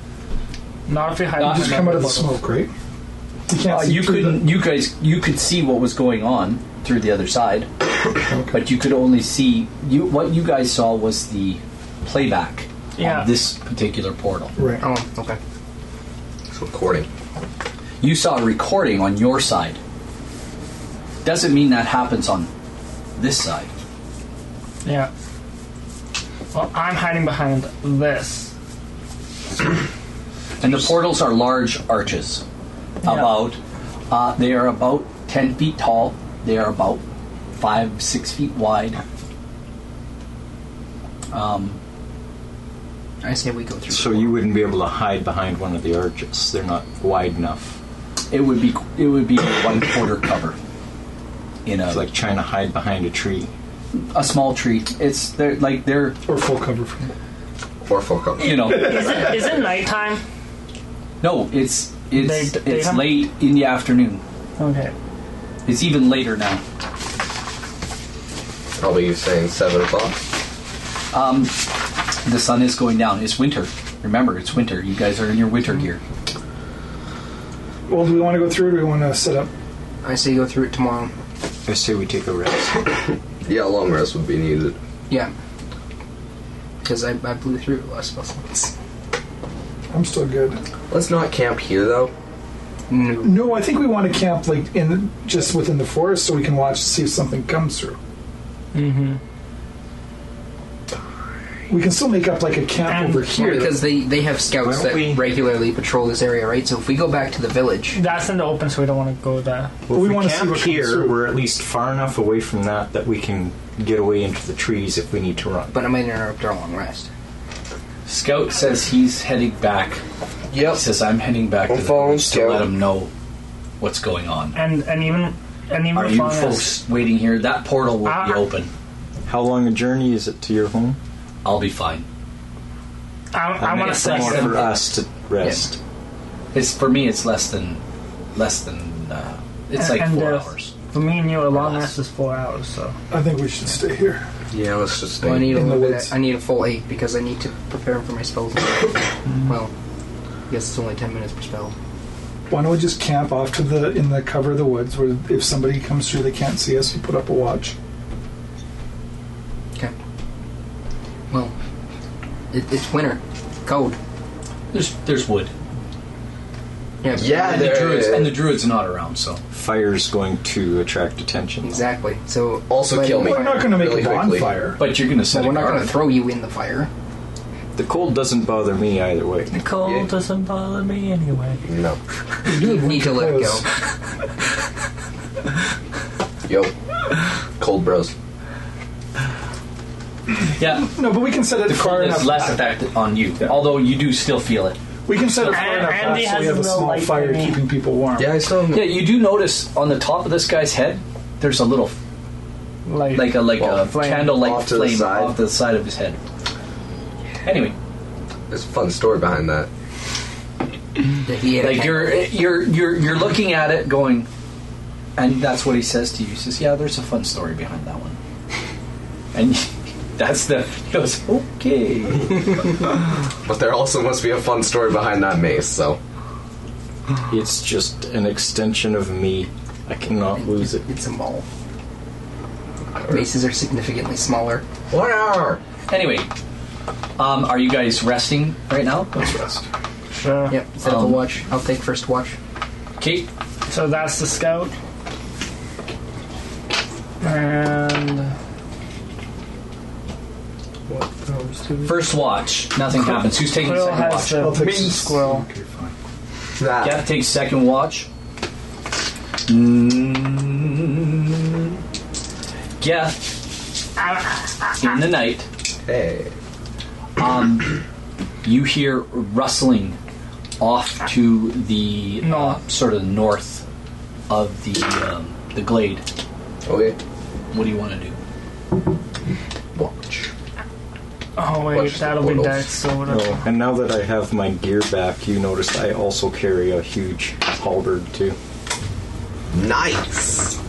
[SPEAKER 4] Not if you hide.
[SPEAKER 5] You just
[SPEAKER 4] behind
[SPEAKER 5] come out of the
[SPEAKER 4] portal.
[SPEAKER 5] smoke, right? You can't
[SPEAKER 2] Uh,
[SPEAKER 5] see
[SPEAKER 2] you
[SPEAKER 5] through
[SPEAKER 2] could you guys you could see what was going on through the other side, but you could only see you. What you guys saw was the playback
[SPEAKER 4] Yeah.
[SPEAKER 2] of this particular portal.
[SPEAKER 5] the, right.
[SPEAKER 3] Oh, okay.
[SPEAKER 8] It's recording.
[SPEAKER 2] You saw a recording on your side. Doesn't mean that happens on this side.
[SPEAKER 4] Yeah. Well, I'm hiding behind this.
[SPEAKER 2] And the portals are large arches. About uh, they are about ten feet tall. They are about five six feet wide. Um,
[SPEAKER 3] I say we go through.
[SPEAKER 1] So you wouldn't be able to hide behind one of the arches. They're not wide enough.
[SPEAKER 2] It would be it would be a one quarter cover in a
[SPEAKER 1] It's like trying to hide behind a tree.
[SPEAKER 2] a small tree. It's they're like they're
[SPEAKER 5] Or full cover from
[SPEAKER 8] Or fuck up.
[SPEAKER 2] you know
[SPEAKER 4] Is it, is it nighttime?
[SPEAKER 2] no it's it's
[SPEAKER 4] They- they
[SPEAKER 2] it's
[SPEAKER 4] haven't-
[SPEAKER 2] late in the afternoon.
[SPEAKER 4] Okay.
[SPEAKER 2] It's even later now.
[SPEAKER 8] Probably you're saying 7 o'clock.
[SPEAKER 2] The sun is going down. It's winter. Remember, it's winter. You guys are in your winter gear.
[SPEAKER 5] Well, do we want to go through or do we want to set up?
[SPEAKER 3] I say go through it tomorrow.
[SPEAKER 1] I say we take a rest.
[SPEAKER 8] Yeah, a long rest would be needed.
[SPEAKER 3] Yeah. Because I, I blew through it last month.
[SPEAKER 5] I'm still good.
[SPEAKER 8] Let's not camp here, though.
[SPEAKER 3] No.
[SPEAKER 5] No, I think we want to camp like in just within the forest so we can watch see if something comes through. Mm-hmm. We can still make up like a camp
[SPEAKER 4] And-
[SPEAKER 5] over here.
[SPEAKER 3] Because they, they have
[SPEAKER 1] Why
[SPEAKER 3] scouts
[SPEAKER 1] don't
[SPEAKER 3] that
[SPEAKER 1] we-
[SPEAKER 3] regularly patrol this area, right? So if we go back to the village,
[SPEAKER 4] That's in the open, so we don't want to go there.
[SPEAKER 1] Well,
[SPEAKER 5] We
[SPEAKER 1] if we
[SPEAKER 5] wanna see
[SPEAKER 1] camp
[SPEAKER 5] what comes
[SPEAKER 1] here.
[SPEAKER 5] through.
[SPEAKER 1] We're at least far enough away from that that we can get away into the trees if we need to run.
[SPEAKER 3] but I might interrupt our long rest.
[SPEAKER 2] Scout says he's heading back. He
[SPEAKER 8] Yep.
[SPEAKER 2] says I'm heading back
[SPEAKER 8] I'm
[SPEAKER 2] to the
[SPEAKER 8] following
[SPEAKER 2] village to
[SPEAKER 8] Scout.
[SPEAKER 2] let him know what's going on.
[SPEAKER 4] And and even and even
[SPEAKER 2] Are
[SPEAKER 4] as
[SPEAKER 2] you
[SPEAKER 4] long as
[SPEAKER 2] folks waiting here? That portal will be
[SPEAKER 4] Ah.
[SPEAKER 2] open.
[SPEAKER 1] How long a journey is it to your home?
[SPEAKER 2] I'll be fine.
[SPEAKER 4] I, I want to
[SPEAKER 2] It's
[SPEAKER 4] say
[SPEAKER 2] less
[SPEAKER 1] more
[SPEAKER 2] than-
[SPEAKER 1] for us to rest.
[SPEAKER 2] It's for me. It's less than less than. Uh, it's like
[SPEAKER 4] And,
[SPEAKER 2] four
[SPEAKER 4] uh,
[SPEAKER 2] hours.
[SPEAKER 4] for me and you, a long
[SPEAKER 2] Relax.
[SPEAKER 4] rest is four hours. So
[SPEAKER 5] I think we should stay here.
[SPEAKER 8] Yeah, let's just stay.
[SPEAKER 3] Well, I need a
[SPEAKER 5] In the
[SPEAKER 3] little bit.
[SPEAKER 5] woods.
[SPEAKER 3] I need a full eight because I need to prepare for my spells. well, I guess it's only ten minutes per spell.
[SPEAKER 5] Why don't we just camp off to the in the cover of the woods where if somebody comes through they can't see us, we put up a watch.
[SPEAKER 3] Okay. Well, it, it's winter, cold.
[SPEAKER 2] There's there's wood.
[SPEAKER 3] Yeah. but-
[SPEAKER 8] Yeah,
[SPEAKER 2] And the
[SPEAKER 8] there
[SPEAKER 2] druids
[SPEAKER 8] is.
[SPEAKER 2] and the druid's not around, so
[SPEAKER 1] Fire's going to attract attention.
[SPEAKER 3] Exactly. So
[SPEAKER 8] Also
[SPEAKER 3] but-
[SPEAKER 8] kill me.
[SPEAKER 5] We're not going to make
[SPEAKER 8] Really
[SPEAKER 5] a
[SPEAKER 8] quickly.
[SPEAKER 5] bonfire.
[SPEAKER 2] but you're gonna set
[SPEAKER 3] Well, we're
[SPEAKER 2] a
[SPEAKER 3] not
[SPEAKER 2] guard.
[SPEAKER 3] going to throw you in the fire.
[SPEAKER 1] The cold doesn't bother me either way.
[SPEAKER 4] the cold
[SPEAKER 8] Yeah.
[SPEAKER 4] doesn't bother me anyway.
[SPEAKER 8] No.
[SPEAKER 3] You need to let it go.
[SPEAKER 5] clothes.
[SPEAKER 8] Yo. Cold bros.
[SPEAKER 2] Yeah,
[SPEAKER 5] No, but we can set it far
[SPEAKER 2] it's
[SPEAKER 5] enough.
[SPEAKER 2] less
[SPEAKER 5] back.
[SPEAKER 2] effect on you. Although you do still feel it.
[SPEAKER 5] We can set it far
[SPEAKER 4] And-
[SPEAKER 5] enough
[SPEAKER 4] and he
[SPEAKER 5] back so we
[SPEAKER 4] has
[SPEAKER 5] have a
[SPEAKER 4] no
[SPEAKER 5] small
[SPEAKER 4] light
[SPEAKER 5] fire
[SPEAKER 4] burning.
[SPEAKER 5] keeping people warm.
[SPEAKER 8] Yeah, I still
[SPEAKER 2] Yeah, you do notice on the top of this guy's head, there's a little
[SPEAKER 4] Like,
[SPEAKER 2] like a like a
[SPEAKER 4] Flame.
[SPEAKER 2] candlelight
[SPEAKER 8] Off to the
[SPEAKER 2] flame
[SPEAKER 8] side.
[SPEAKER 2] off the side of his head. Anyway,
[SPEAKER 8] There's a fun story behind that.
[SPEAKER 3] That he had a
[SPEAKER 2] like
[SPEAKER 3] cat-
[SPEAKER 2] you're you're you're you're looking at it going, and that's what he says to you. He says, "Yeah, there's a fun story behind that one," and. That's the he goes okay.
[SPEAKER 8] But there also must be a fun story behind that mace, so.
[SPEAKER 1] It's just an extension of me. I cannot lose it.
[SPEAKER 3] It's a mole. Maces are significantly smaller.
[SPEAKER 8] One hour!
[SPEAKER 2] Anyway, um, are you guys resting right now? Let's rest.
[SPEAKER 4] sure.
[SPEAKER 3] Yep. Set up a
[SPEAKER 2] Um,
[SPEAKER 3] watch. I'll take first watch.
[SPEAKER 2] Kate,
[SPEAKER 4] So that's the scout. And
[SPEAKER 2] first watch. Nothing happens. Who's taking
[SPEAKER 4] Quill
[SPEAKER 2] second
[SPEAKER 4] has
[SPEAKER 2] watch?
[SPEAKER 5] I'll
[SPEAKER 4] the
[SPEAKER 5] take
[SPEAKER 4] mean
[SPEAKER 5] some-
[SPEAKER 4] squirrel.
[SPEAKER 8] Nah.
[SPEAKER 2] Jeff takes second watch. Mm. Geth,
[SPEAKER 4] Ah,
[SPEAKER 2] in the night,
[SPEAKER 8] Hey.
[SPEAKER 2] um, you hear rustling off to the uh,
[SPEAKER 4] No.
[SPEAKER 2] sort of north of the um, the glade.
[SPEAKER 8] Okay.
[SPEAKER 2] What do you want to do?
[SPEAKER 8] Watch.
[SPEAKER 4] Oh wait,
[SPEAKER 8] Watch the
[SPEAKER 4] that'll be
[SPEAKER 8] portals.
[SPEAKER 4] dead. So what?
[SPEAKER 1] No. And now that I have my gear back, you notice I also carry a huge halberd too.
[SPEAKER 8] Nice!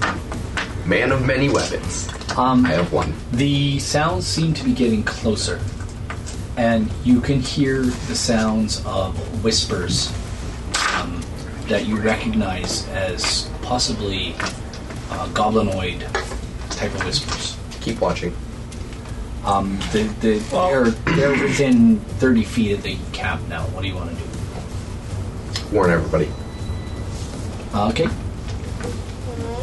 [SPEAKER 8] Man of many weapons.
[SPEAKER 2] Um,
[SPEAKER 8] I have one.
[SPEAKER 2] The sounds seem to be getting closer, and you can hear the sounds of whispers um, that you recognize as possibly uh, goblinoid type of whispers.
[SPEAKER 8] Keep watching.
[SPEAKER 2] Um, the, the, they're, they're within 30 feet of the cap now. What do you want to do?
[SPEAKER 8] Warn everybody.
[SPEAKER 2] Uh, okay.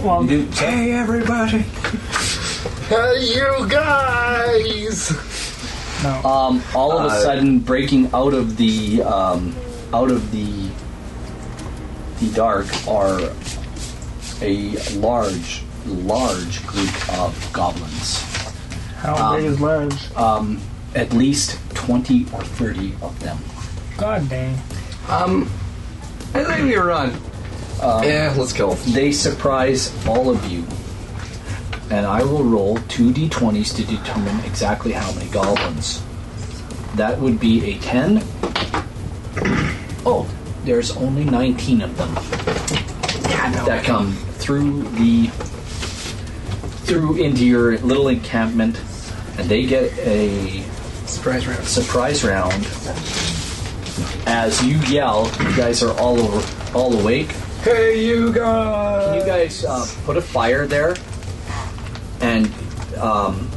[SPEAKER 4] Well,
[SPEAKER 2] You do,
[SPEAKER 1] Hey, everybody!
[SPEAKER 8] Hey, you guys!
[SPEAKER 2] um, all of a
[SPEAKER 8] Uh,
[SPEAKER 2] sudden breaking out of the um, out of the the dark are a large large group of goblins
[SPEAKER 4] how big is large?
[SPEAKER 2] at least 20 or 30 of them
[SPEAKER 4] God dang.
[SPEAKER 3] Um, I think we run.
[SPEAKER 8] yeah, let's kill him.
[SPEAKER 2] they surprise all of you and i will roll two d20s to determine exactly how many goblins that would be a 10 oh there's only 19 of them that come through the through into your little encampment and they get a
[SPEAKER 3] Surprise round.
[SPEAKER 2] surprise round as you yell you guys are all over all awake
[SPEAKER 8] Hey, you guys!
[SPEAKER 2] can you guys uh, put a fire there and um,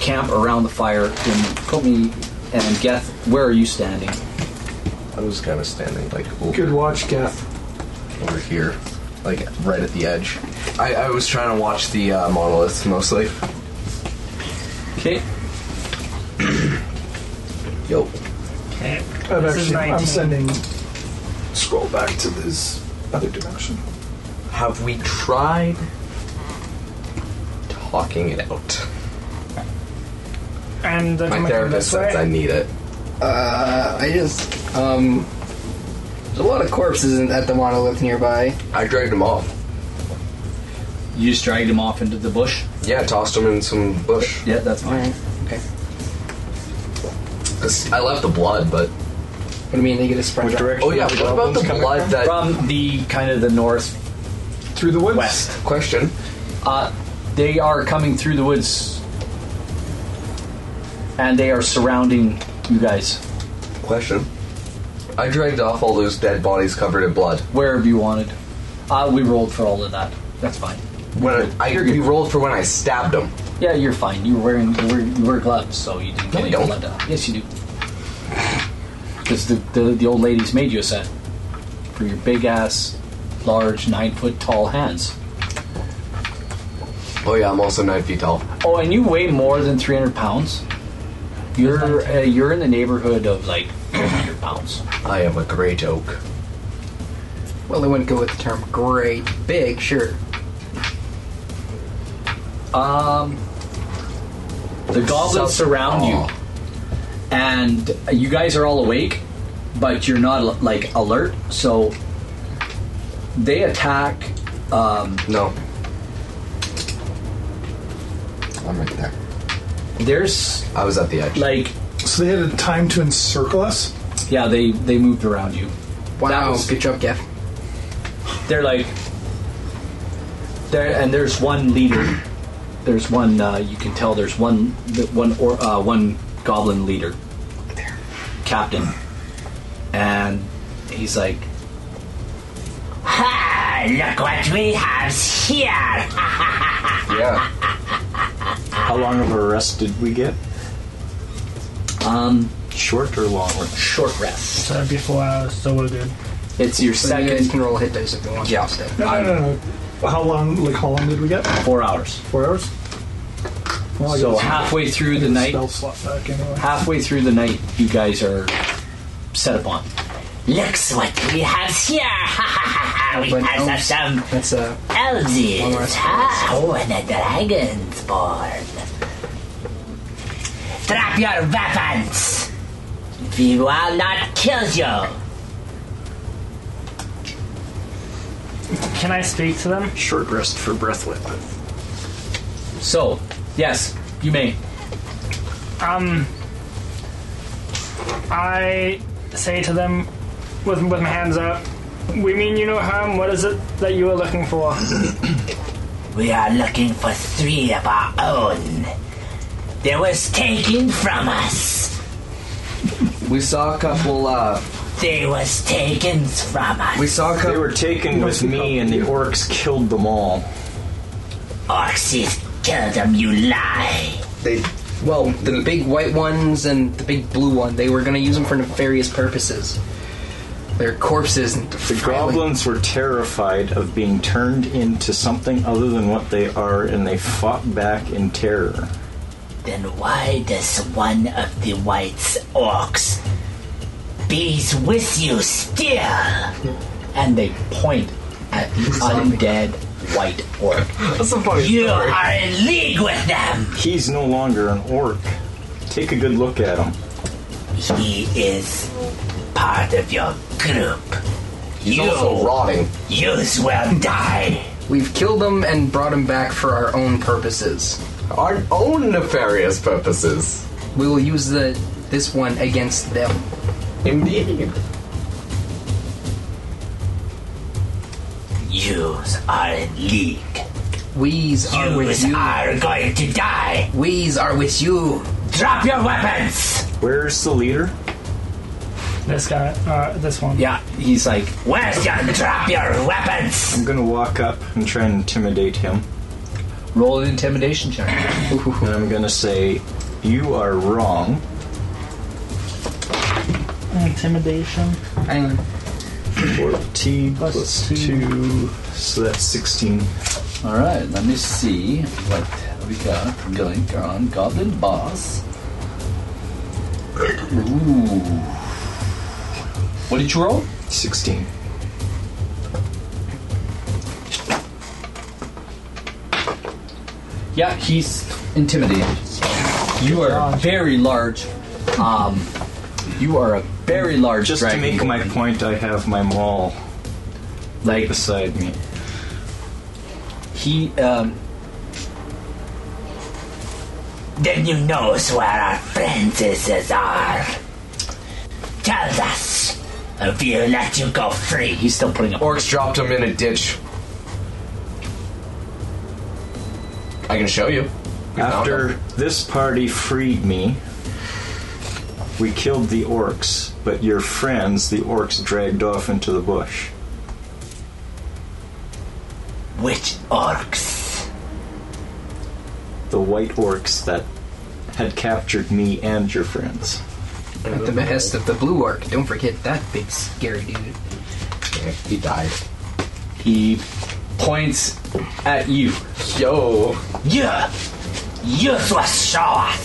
[SPEAKER 2] camp around the fire and put me and Geth, where are you standing?
[SPEAKER 8] I was kind of standing like over,
[SPEAKER 5] Good watch, Geth.
[SPEAKER 8] over here, like right at the edge. I, I was trying to watch the uh, monolith mostly.
[SPEAKER 2] Okay.
[SPEAKER 8] Yo,
[SPEAKER 4] Okay.
[SPEAKER 5] I've
[SPEAKER 4] This is
[SPEAKER 5] uh, actually, I'm
[SPEAKER 4] 19.
[SPEAKER 5] sending scroll back to this other dimension.
[SPEAKER 8] have we tried talking it out?
[SPEAKER 4] And they're
[SPEAKER 8] My
[SPEAKER 4] coming from this
[SPEAKER 8] therapist says I
[SPEAKER 4] way.
[SPEAKER 8] need it.
[SPEAKER 3] Uh, I just um, there's a lot of corpses in, at the monolith nearby.
[SPEAKER 8] I dragged him off.
[SPEAKER 2] You just dragged him off into the bush?
[SPEAKER 8] Yeah, tossed him in some bush.
[SPEAKER 2] Yeah, that's
[SPEAKER 3] All right. Okay.
[SPEAKER 8] 'Cause I left the blood, but
[SPEAKER 3] What do you mean they get a surprise? round?
[SPEAKER 8] oh yeah, what about the blood that
[SPEAKER 2] From the kind of the northwest.
[SPEAKER 5] Through the woods?
[SPEAKER 8] question?
[SPEAKER 2] Uh, they are coming through the woods and they are surrounding you guys
[SPEAKER 8] Question. I dragged off all those dead bodies covered in blood.
[SPEAKER 2] wherever you wanted. Uh, we rolled for all of that. That's fine.
[SPEAKER 8] When I, I you rolled for when I stabbed him.
[SPEAKER 2] Yeah, you're fine. You were wearing you wear, you wear gloves, so you didn't
[SPEAKER 8] No,
[SPEAKER 2] get
[SPEAKER 8] I
[SPEAKER 2] any
[SPEAKER 8] don't.
[SPEAKER 2] blood out. Yes, you do. Because the, the the old ladies made you a set for your big ass, large, nine foot tall hands.
[SPEAKER 8] Oh yeah, I'm also nine feet tall.
[SPEAKER 2] Oh, and you weigh more than three hundred pounds. You're uh, you're in the neighborhood of like twelve hundred pounds.
[SPEAKER 8] I am a great oak.
[SPEAKER 3] Well, they wouldn't go with the term great, big, sure.
[SPEAKER 2] Um, the goblins
[SPEAKER 8] So-
[SPEAKER 2] surround
[SPEAKER 8] Aw.
[SPEAKER 2] you, and you guys are all awake, but you're not like alert. So they attack. Um,
[SPEAKER 8] No. I'm right there.
[SPEAKER 2] there's
[SPEAKER 8] I was at the edge.
[SPEAKER 2] like
[SPEAKER 5] So they had a time to encircle us?
[SPEAKER 2] yeah, they they moved around you. That
[SPEAKER 3] Wow,
[SPEAKER 2] was-
[SPEAKER 3] good job, Gaff.
[SPEAKER 2] They're like there, and there's one leader. There's one uh, you can tell. There's one the- one or uh, one goblin leader, captain, and he's like,
[SPEAKER 7] Ha! Look what we have here!
[SPEAKER 8] yeah.
[SPEAKER 1] How long of a rest did we get?
[SPEAKER 2] um,
[SPEAKER 1] Short or long rest?
[SPEAKER 2] short rest.
[SPEAKER 4] So that'd be four hours, so we're good.
[SPEAKER 2] It's your
[SPEAKER 3] So you guys
[SPEAKER 2] second
[SPEAKER 3] can roll hit dice if you want.
[SPEAKER 2] Yeah.
[SPEAKER 3] So.
[SPEAKER 5] No, no, no, no. How long, like, how long did we get?
[SPEAKER 2] four hours.
[SPEAKER 5] Four hours? Well, I
[SPEAKER 2] So
[SPEAKER 5] guess-
[SPEAKER 2] halfway through the
[SPEAKER 5] I guess
[SPEAKER 2] night,
[SPEAKER 5] Spell slot back anyway.
[SPEAKER 2] halfway through the night, you guys are set upon.
[SPEAKER 7] Looks what we have here! Ha ha ha! We
[SPEAKER 3] But
[SPEAKER 7] have
[SPEAKER 3] elves-
[SPEAKER 7] some
[SPEAKER 3] That's uh, One
[SPEAKER 7] Elsies!
[SPEAKER 3] last
[SPEAKER 7] Huh? Oh, and a dragon's born. Drop your weapons! We will not kill you!
[SPEAKER 4] Can I speak to them?
[SPEAKER 1] Short rest for breath weapon.
[SPEAKER 2] So, yes, you may.
[SPEAKER 4] Um, I say to them with, with my hands up, we mean you no harm. What is it that you are looking for?
[SPEAKER 7] We are looking for three of our own. They was taken from us.
[SPEAKER 8] We saw a couple uh
[SPEAKER 7] They was taken from us.
[SPEAKER 3] We saw a
[SPEAKER 1] They
[SPEAKER 3] couple.
[SPEAKER 1] were taken with me, and the orcs killed them all.
[SPEAKER 7] Oxys killed them, you lie.
[SPEAKER 3] They, well, the big white ones and the big blue one. They were gonna use them for nefarious purposes. Their corpses and
[SPEAKER 1] The goblins were terrified of being turned into something other than what they are, and they fought back in terror.
[SPEAKER 7] Then why does one of the white's orcs bees with you still?
[SPEAKER 2] and they point at the undead white orc.
[SPEAKER 3] That's so funny.
[SPEAKER 7] You are in league with them.
[SPEAKER 1] He's no longer an orc. Take a good look at him.
[SPEAKER 7] He is part of your group.
[SPEAKER 8] He's
[SPEAKER 7] you,
[SPEAKER 8] also rotting.
[SPEAKER 7] yous will die.
[SPEAKER 3] We've killed them and brought them back for our own purposes.
[SPEAKER 8] Our own nefarious purposes.
[SPEAKER 3] We will use the this one against them.
[SPEAKER 8] Indeed.
[SPEAKER 7] Yous are in league.
[SPEAKER 3] We's are with
[SPEAKER 7] Yous
[SPEAKER 3] you.
[SPEAKER 7] are going to die.
[SPEAKER 3] We's are with you.
[SPEAKER 7] Drop your weapons.
[SPEAKER 1] Where's the leader?
[SPEAKER 4] This guy, uh, this one.
[SPEAKER 2] Yeah, he's like,
[SPEAKER 7] Where's your drop your weapons?
[SPEAKER 1] I'm gonna walk up and try and intimidate him.
[SPEAKER 2] roll an intimidation check.
[SPEAKER 1] And I'm gonna say, You are wrong.
[SPEAKER 4] Intimidation.
[SPEAKER 3] Hang on.
[SPEAKER 1] 14
[SPEAKER 4] Plus
[SPEAKER 1] plus
[SPEAKER 4] two.
[SPEAKER 1] 2, so that's 16.
[SPEAKER 2] All right, let me see what we got going on Goblin Boss. Ooh. What did you roll?
[SPEAKER 1] 16.
[SPEAKER 2] Yeah, he's intimidated. You are a very large. Um, you are a very large.
[SPEAKER 1] Just to
[SPEAKER 2] dragon
[SPEAKER 1] make my
[SPEAKER 2] goblin.
[SPEAKER 1] point, I have my maul
[SPEAKER 2] like
[SPEAKER 1] beside me.
[SPEAKER 2] he um,
[SPEAKER 7] Then you knows where our friends is are. Tell us, or we'll let you go free.
[SPEAKER 2] he's still putting up.
[SPEAKER 8] Orcs dropped him in a ditch. I can show you. We found
[SPEAKER 1] After
[SPEAKER 8] him.
[SPEAKER 1] this party freed me, we killed the orcs, but your friends, the orcs, dragged off into the bush.
[SPEAKER 7] Which orcs?
[SPEAKER 1] The white orcs that had captured me and your friends.
[SPEAKER 3] At the behest of the blue orc. Don't forget that big scary dude.
[SPEAKER 8] Yeah, he died.
[SPEAKER 2] He points at you.
[SPEAKER 8] Yo.
[SPEAKER 7] Yeah, yours was shot,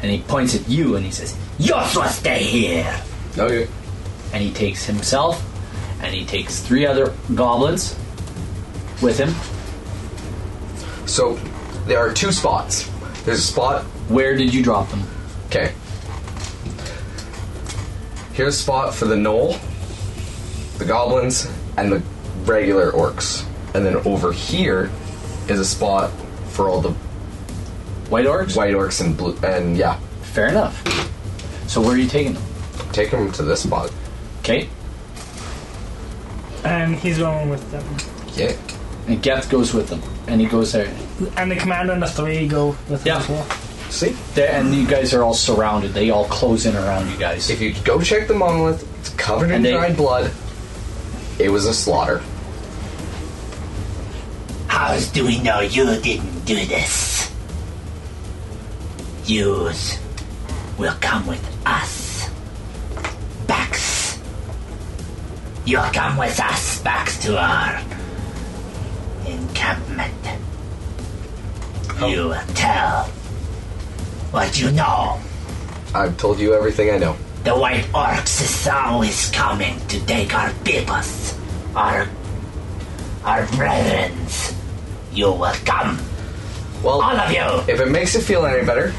[SPEAKER 2] and he points at you and he says,
[SPEAKER 7] yours was stay here.
[SPEAKER 8] Okay.
[SPEAKER 2] and he takes himself and he takes three other goblins with him.
[SPEAKER 8] So there are two spots. There's a spot.
[SPEAKER 2] Where did you drop them?
[SPEAKER 8] Okay. Here's a spot for the knoll, the goblins, and the regular orcs. And then over here is a spot for all the
[SPEAKER 2] White orcs?
[SPEAKER 8] white orcs and blue. And yeah,
[SPEAKER 2] Fair enough. So where are you taking them?
[SPEAKER 8] take them to this spot.
[SPEAKER 2] Okay.
[SPEAKER 4] And he's going with them.
[SPEAKER 8] Yeah.
[SPEAKER 2] And Geth goes with them. And he goes there.
[SPEAKER 4] And the commander and the three go with
[SPEAKER 2] Yeah.
[SPEAKER 4] him as well.
[SPEAKER 8] See?
[SPEAKER 2] there and you guys are all surrounded. They all close in around you guys.
[SPEAKER 8] If you go check the monolith, it's covered in
[SPEAKER 2] And they-
[SPEAKER 8] dried blood. It was a slaughter.
[SPEAKER 7] How do we know you didn't do this? Yous will come with us. Bax. You'll come with us back to our encampment. You will tell what you know.
[SPEAKER 8] I've told you everything I know.
[SPEAKER 7] The white orcs is always coming to take our peoples, our our brethrens. You will come,
[SPEAKER 8] Well,
[SPEAKER 7] all of you.
[SPEAKER 8] If it makes it feel any better,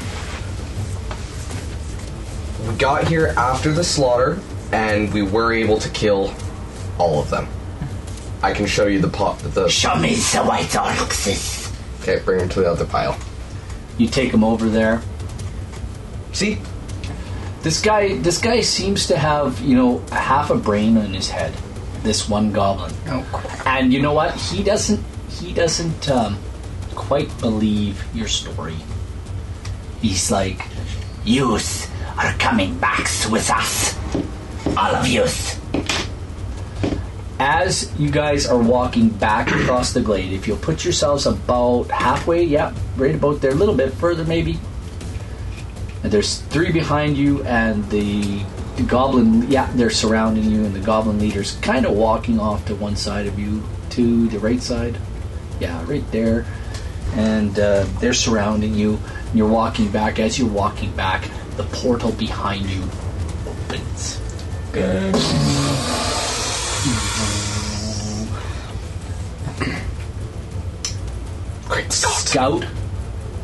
[SPEAKER 8] we got here after the slaughter and we were able to kill all of them. I can show you the pot. The
[SPEAKER 7] Show me the white orcs.
[SPEAKER 8] okay, bring them to the other pile.
[SPEAKER 2] You take them over there.
[SPEAKER 8] See,
[SPEAKER 2] This guy this guy seems to have, you know, half a brain in his head. This one goblin.
[SPEAKER 3] Oh, crap.
[SPEAKER 2] And you know what? He doesn't. He doesn't um, quite believe your story. He's like,
[SPEAKER 7] Yous are coming back with us. all of yous.
[SPEAKER 2] As you guys are walking back across the glade, if you'll put yourselves about halfway, yeah, right about there, a little bit further maybe. And there's three behind you, and the, the goblin, yeah, they're surrounding you, and the goblin leader's kind of walking off to one side of you, to the right side. Yeah, right there. And uh, they're surrounding you, and you're walking back. As you're walking back, the portal behind you opens.
[SPEAKER 8] Great scout.
[SPEAKER 2] Scout,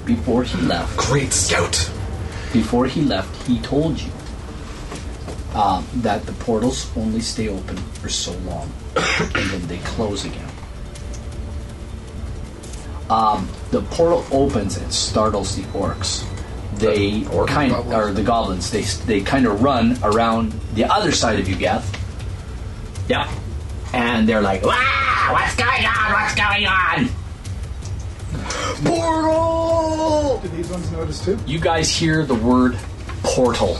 [SPEAKER 2] before he left,
[SPEAKER 8] Great scout.
[SPEAKER 2] before he left, he told you um, that the portals only stay open for so long, and then they close again. Um, the portal opens and startles the orcs. They
[SPEAKER 8] Orc
[SPEAKER 2] kind
[SPEAKER 8] goblins?
[SPEAKER 2] or the goblins. They they kind of run around the other side of you, Gath. Yeah, and they're like, "Wah! What's going on? What's going on?"
[SPEAKER 8] Portal.
[SPEAKER 5] Did these ones notice too?
[SPEAKER 2] You guys hear the word portal.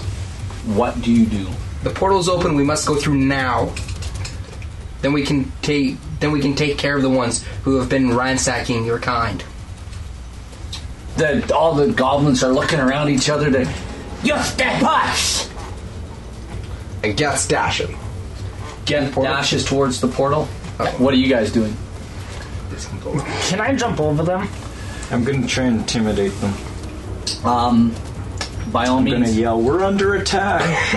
[SPEAKER 2] What do you do?
[SPEAKER 3] The portal's open. We must go through now. Then we can take. Then we can take care of the ones who have been ransacking your kind.
[SPEAKER 2] The, all the goblins are looking around each other to
[SPEAKER 7] You step up.
[SPEAKER 8] And Gath's dashing.
[SPEAKER 2] get dashes towards the portal.
[SPEAKER 8] Oh.
[SPEAKER 2] What are you guys doing?
[SPEAKER 4] Can I jump over them?
[SPEAKER 1] I'm gonna try and intimidate them.
[SPEAKER 2] Um, by all
[SPEAKER 1] I'm gonna
[SPEAKER 2] means.
[SPEAKER 1] yell, "We're under attack!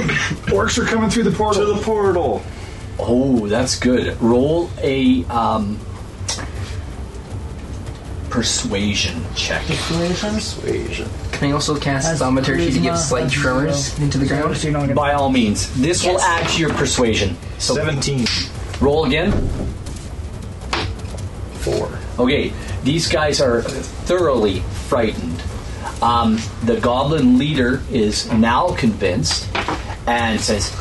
[SPEAKER 5] Orcs are coming through the
[SPEAKER 1] to the
[SPEAKER 5] portal.
[SPEAKER 1] portal!"
[SPEAKER 2] Oh, that's good. Roll a um, persuasion check.
[SPEAKER 1] Persuasion.
[SPEAKER 3] Can I also cast thaumaturgy to give slight tremors into the ground?
[SPEAKER 4] So you don't get-
[SPEAKER 2] By all means, this will add to your persuasion. So
[SPEAKER 1] Seventeen.
[SPEAKER 2] roll again.
[SPEAKER 1] Four.
[SPEAKER 2] Okay, these guys are thoroughly frightened. Um, the goblin leader is now convinced and says,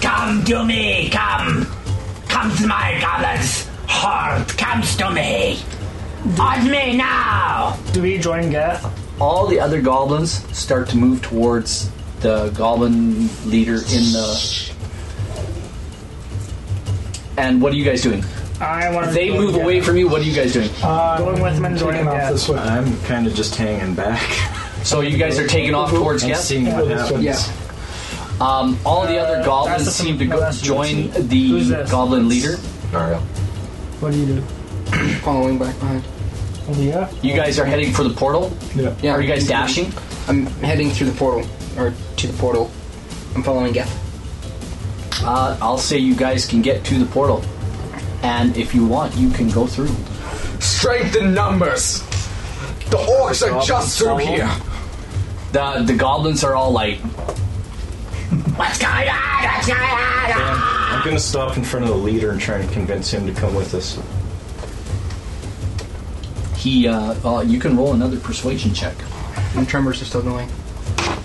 [SPEAKER 7] Come to me, come. Come to my goblins. Horde comes to me. On me now.
[SPEAKER 4] Do we join Gath?
[SPEAKER 2] all the other goblins start to move towards the goblin leader in the. And what are you guys doing?
[SPEAKER 4] I want to.
[SPEAKER 2] They
[SPEAKER 4] join
[SPEAKER 2] move
[SPEAKER 4] Gath.
[SPEAKER 2] away from you. What are you guys doing?
[SPEAKER 4] Going with them and joining
[SPEAKER 5] Taking off
[SPEAKER 4] Gath.
[SPEAKER 5] this way.
[SPEAKER 1] I'm kind of just hanging back
[SPEAKER 2] So you guys are taking off towards
[SPEAKER 1] and
[SPEAKER 2] Geth.
[SPEAKER 1] seeing what
[SPEAKER 5] Yeah.
[SPEAKER 1] happens.
[SPEAKER 3] Yeah.
[SPEAKER 2] Um, all the other
[SPEAKER 4] Uh,
[SPEAKER 2] goblins
[SPEAKER 4] that's the-
[SPEAKER 2] seem to
[SPEAKER 4] no,
[SPEAKER 2] go,
[SPEAKER 4] that's the
[SPEAKER 2] join
[SPEAKER 4] team. Who's
[SPEAKER 2] the
[SPEAKER 4] this?
[SPEAKER 2] goblin leader.
[SPEAKER 8] Nariel.
[SPEAKER 4] What do you do?
[SPEAKER 3] Following back behind.
[SPEAKER 4] Over here?
[SPEAKER 2] You guys are heading for the portal.
[SPEAKER 5] Yeah.
[SPEAKER 3] Yeah.
[SPEAKER 2] Are you guys dashing?
[SPEAKER 3] I'm heading through the portal, or to the portal. I'm following Geth.
[SPEAKER 2] Uh, I'll say you guys can get to the portal, and if you want, you can go through.
[SPEAKER 8] Strength in numbers. The orcs are just through here.
[SPEAKER 2] the The goblins are all like,
[SPEAKER 7] What's going on? What's going on?
[SPEAKER 1] I'm gonna stop in front of the leader and try and convince him to come with us.
[SPEAKER 2] he. Uh, uh, you can roll another persuasion check.
[SPEAKER 3] And tremors are still going.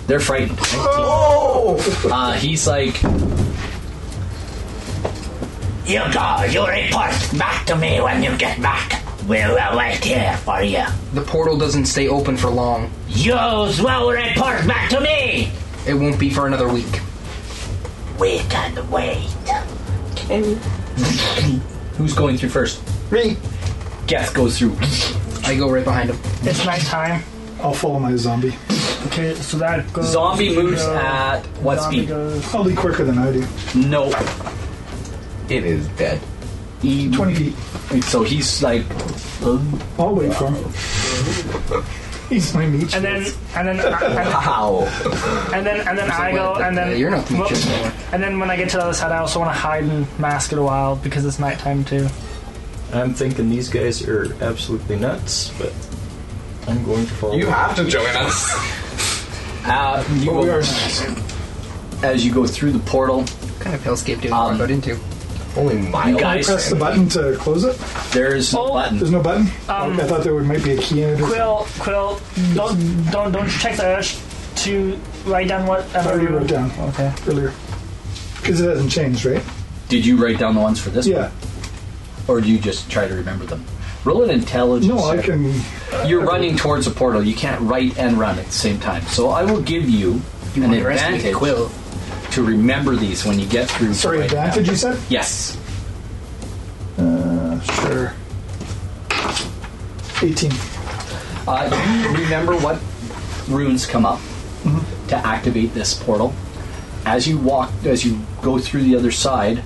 [SPEAKER 2] They're frightened.
[SPEAKER 8] Oh!
[SPEAKER 2] Uh, he's like,
[SPEAKER 7] You go. You report back to me when you get back. We will wait here for you.
[SPEAKER 3] The portal doesn't stay open for long.
[SPEAKER 7] You will report back to me.
[SPEAKER 3] It won't be for another week.
[SPEAKER 7] We can wait.
[SPEAKER 2] "Who's going through first?
[SPEAKER 5] Me.
[SPEAKER 2] Geth goes through.
[SPEAKER 5] Oh,
[SPEAKER 3] I go right behind him.
[SPEAKER 4] It's nighttime.
[SPEAKER 5] I'll follow my zombie.
[SPEAKER 4] Okay, so that goes.
[SPEAKER 2] Zombie moves
[SPEAKER 4] goes-
[SPEAKER 2] at what
[SPEAKER 4] zombie
[SPEAKER 2] speed?
[SPEAKER 4] Goes,
[SPEAKER 5] Probably quicker than I do.
[SPEAKER 2] No.
[SPEAKER 8] It is dead.
[SPEAKER 2] He,
[SPEAKER 5] 20 feet.
[SPEAKER 2] E so he's like, um,
[SPEAKER 5] I'll wait for him. He's my meat.
[SPEAKER 4] and then and then and,
[SPEAKER 8] Ow.
[SPEAKER 4] and then and then I go and
[SPEAKER 3] Uh,
[SPEAKER 4] then
[SPEAKER 3] you're not the meat
[SPEAKER 4] Whoops.
[SPEAKER 3] shield anymore.
[SPEAKER 4] And then when I get to the other side, I also want to hide and mask it a while because it's nighttime too.
[SPEAKER 1] I'm thinking these guys are absolutely nuts, but I'm going to follow.
[SPEAKER 8] You have to join us.
[SPEAKER 2] uh, you
[SPEAKER 5] We
[SPEAKER 2] will,
[SPEAKER 5] are nice.
[SPEAKER 2] as you go through the portal,
[SPEAKER 3] What kind of hellscape do you
[SPEAKER 2] Um,
[SPEAKER 3] um, got into?
[SPEAKER 8] Only my
[SPEAKER 2] guys-
[SPEAKER 5] I press the button to close it.
[SPEAKER 2] there's a
[SPEAKER 4] Oh.
[SPEAKER 2] button.
[SPEAKER 5] There's no button.
[SPEAKER 4] Um,
[SPEAKER 5] I thought there would might be a key in it. or
[SPEAKER 4] Quill, Quill, don't don't don't you check the urge to write down what
[SPEAKER 5] something. I already wrote down
[SPEAKER 4] Okay.
[SPEAKER 5] earlier. Because it hasn't changed, right?
[SPEAKER 2] Did you write down the ones for this one?
[SPEAKER 5] Yeah.
[SPEAKER 2] Or do you just try to remember them? Roll an intelligence.
[SPEAKER 5] No, I
[SPEAKER 2] check.
[SPEAKER 5] can.
[SPEAKER 2] You're running towards a portal. You can't write and run at the same time. So I will give you an
[SPEAKER 3] The rest of me,
[SPEAKER 2] advantage.
[SPEAKER 3] Quill.
[SPEAKER 2] to remember these when you get through.
[SPEAKER 5] Sorry,
[SPEAKER 2] to writing
[SPEAKER 5] advantage,
[SPEAKER 2] them.
[SPEAKER 5] you said?
[SPEAKER 2] Yes.
[SPEAKER 5] Uh, Sure. 18.
[SPEAKER 2] Uh, you remember what runes come up
[SPEAKER 5] Mm-hmm.
[SPEAKER 2] to activate this portal. As you walk, as you go through the other side,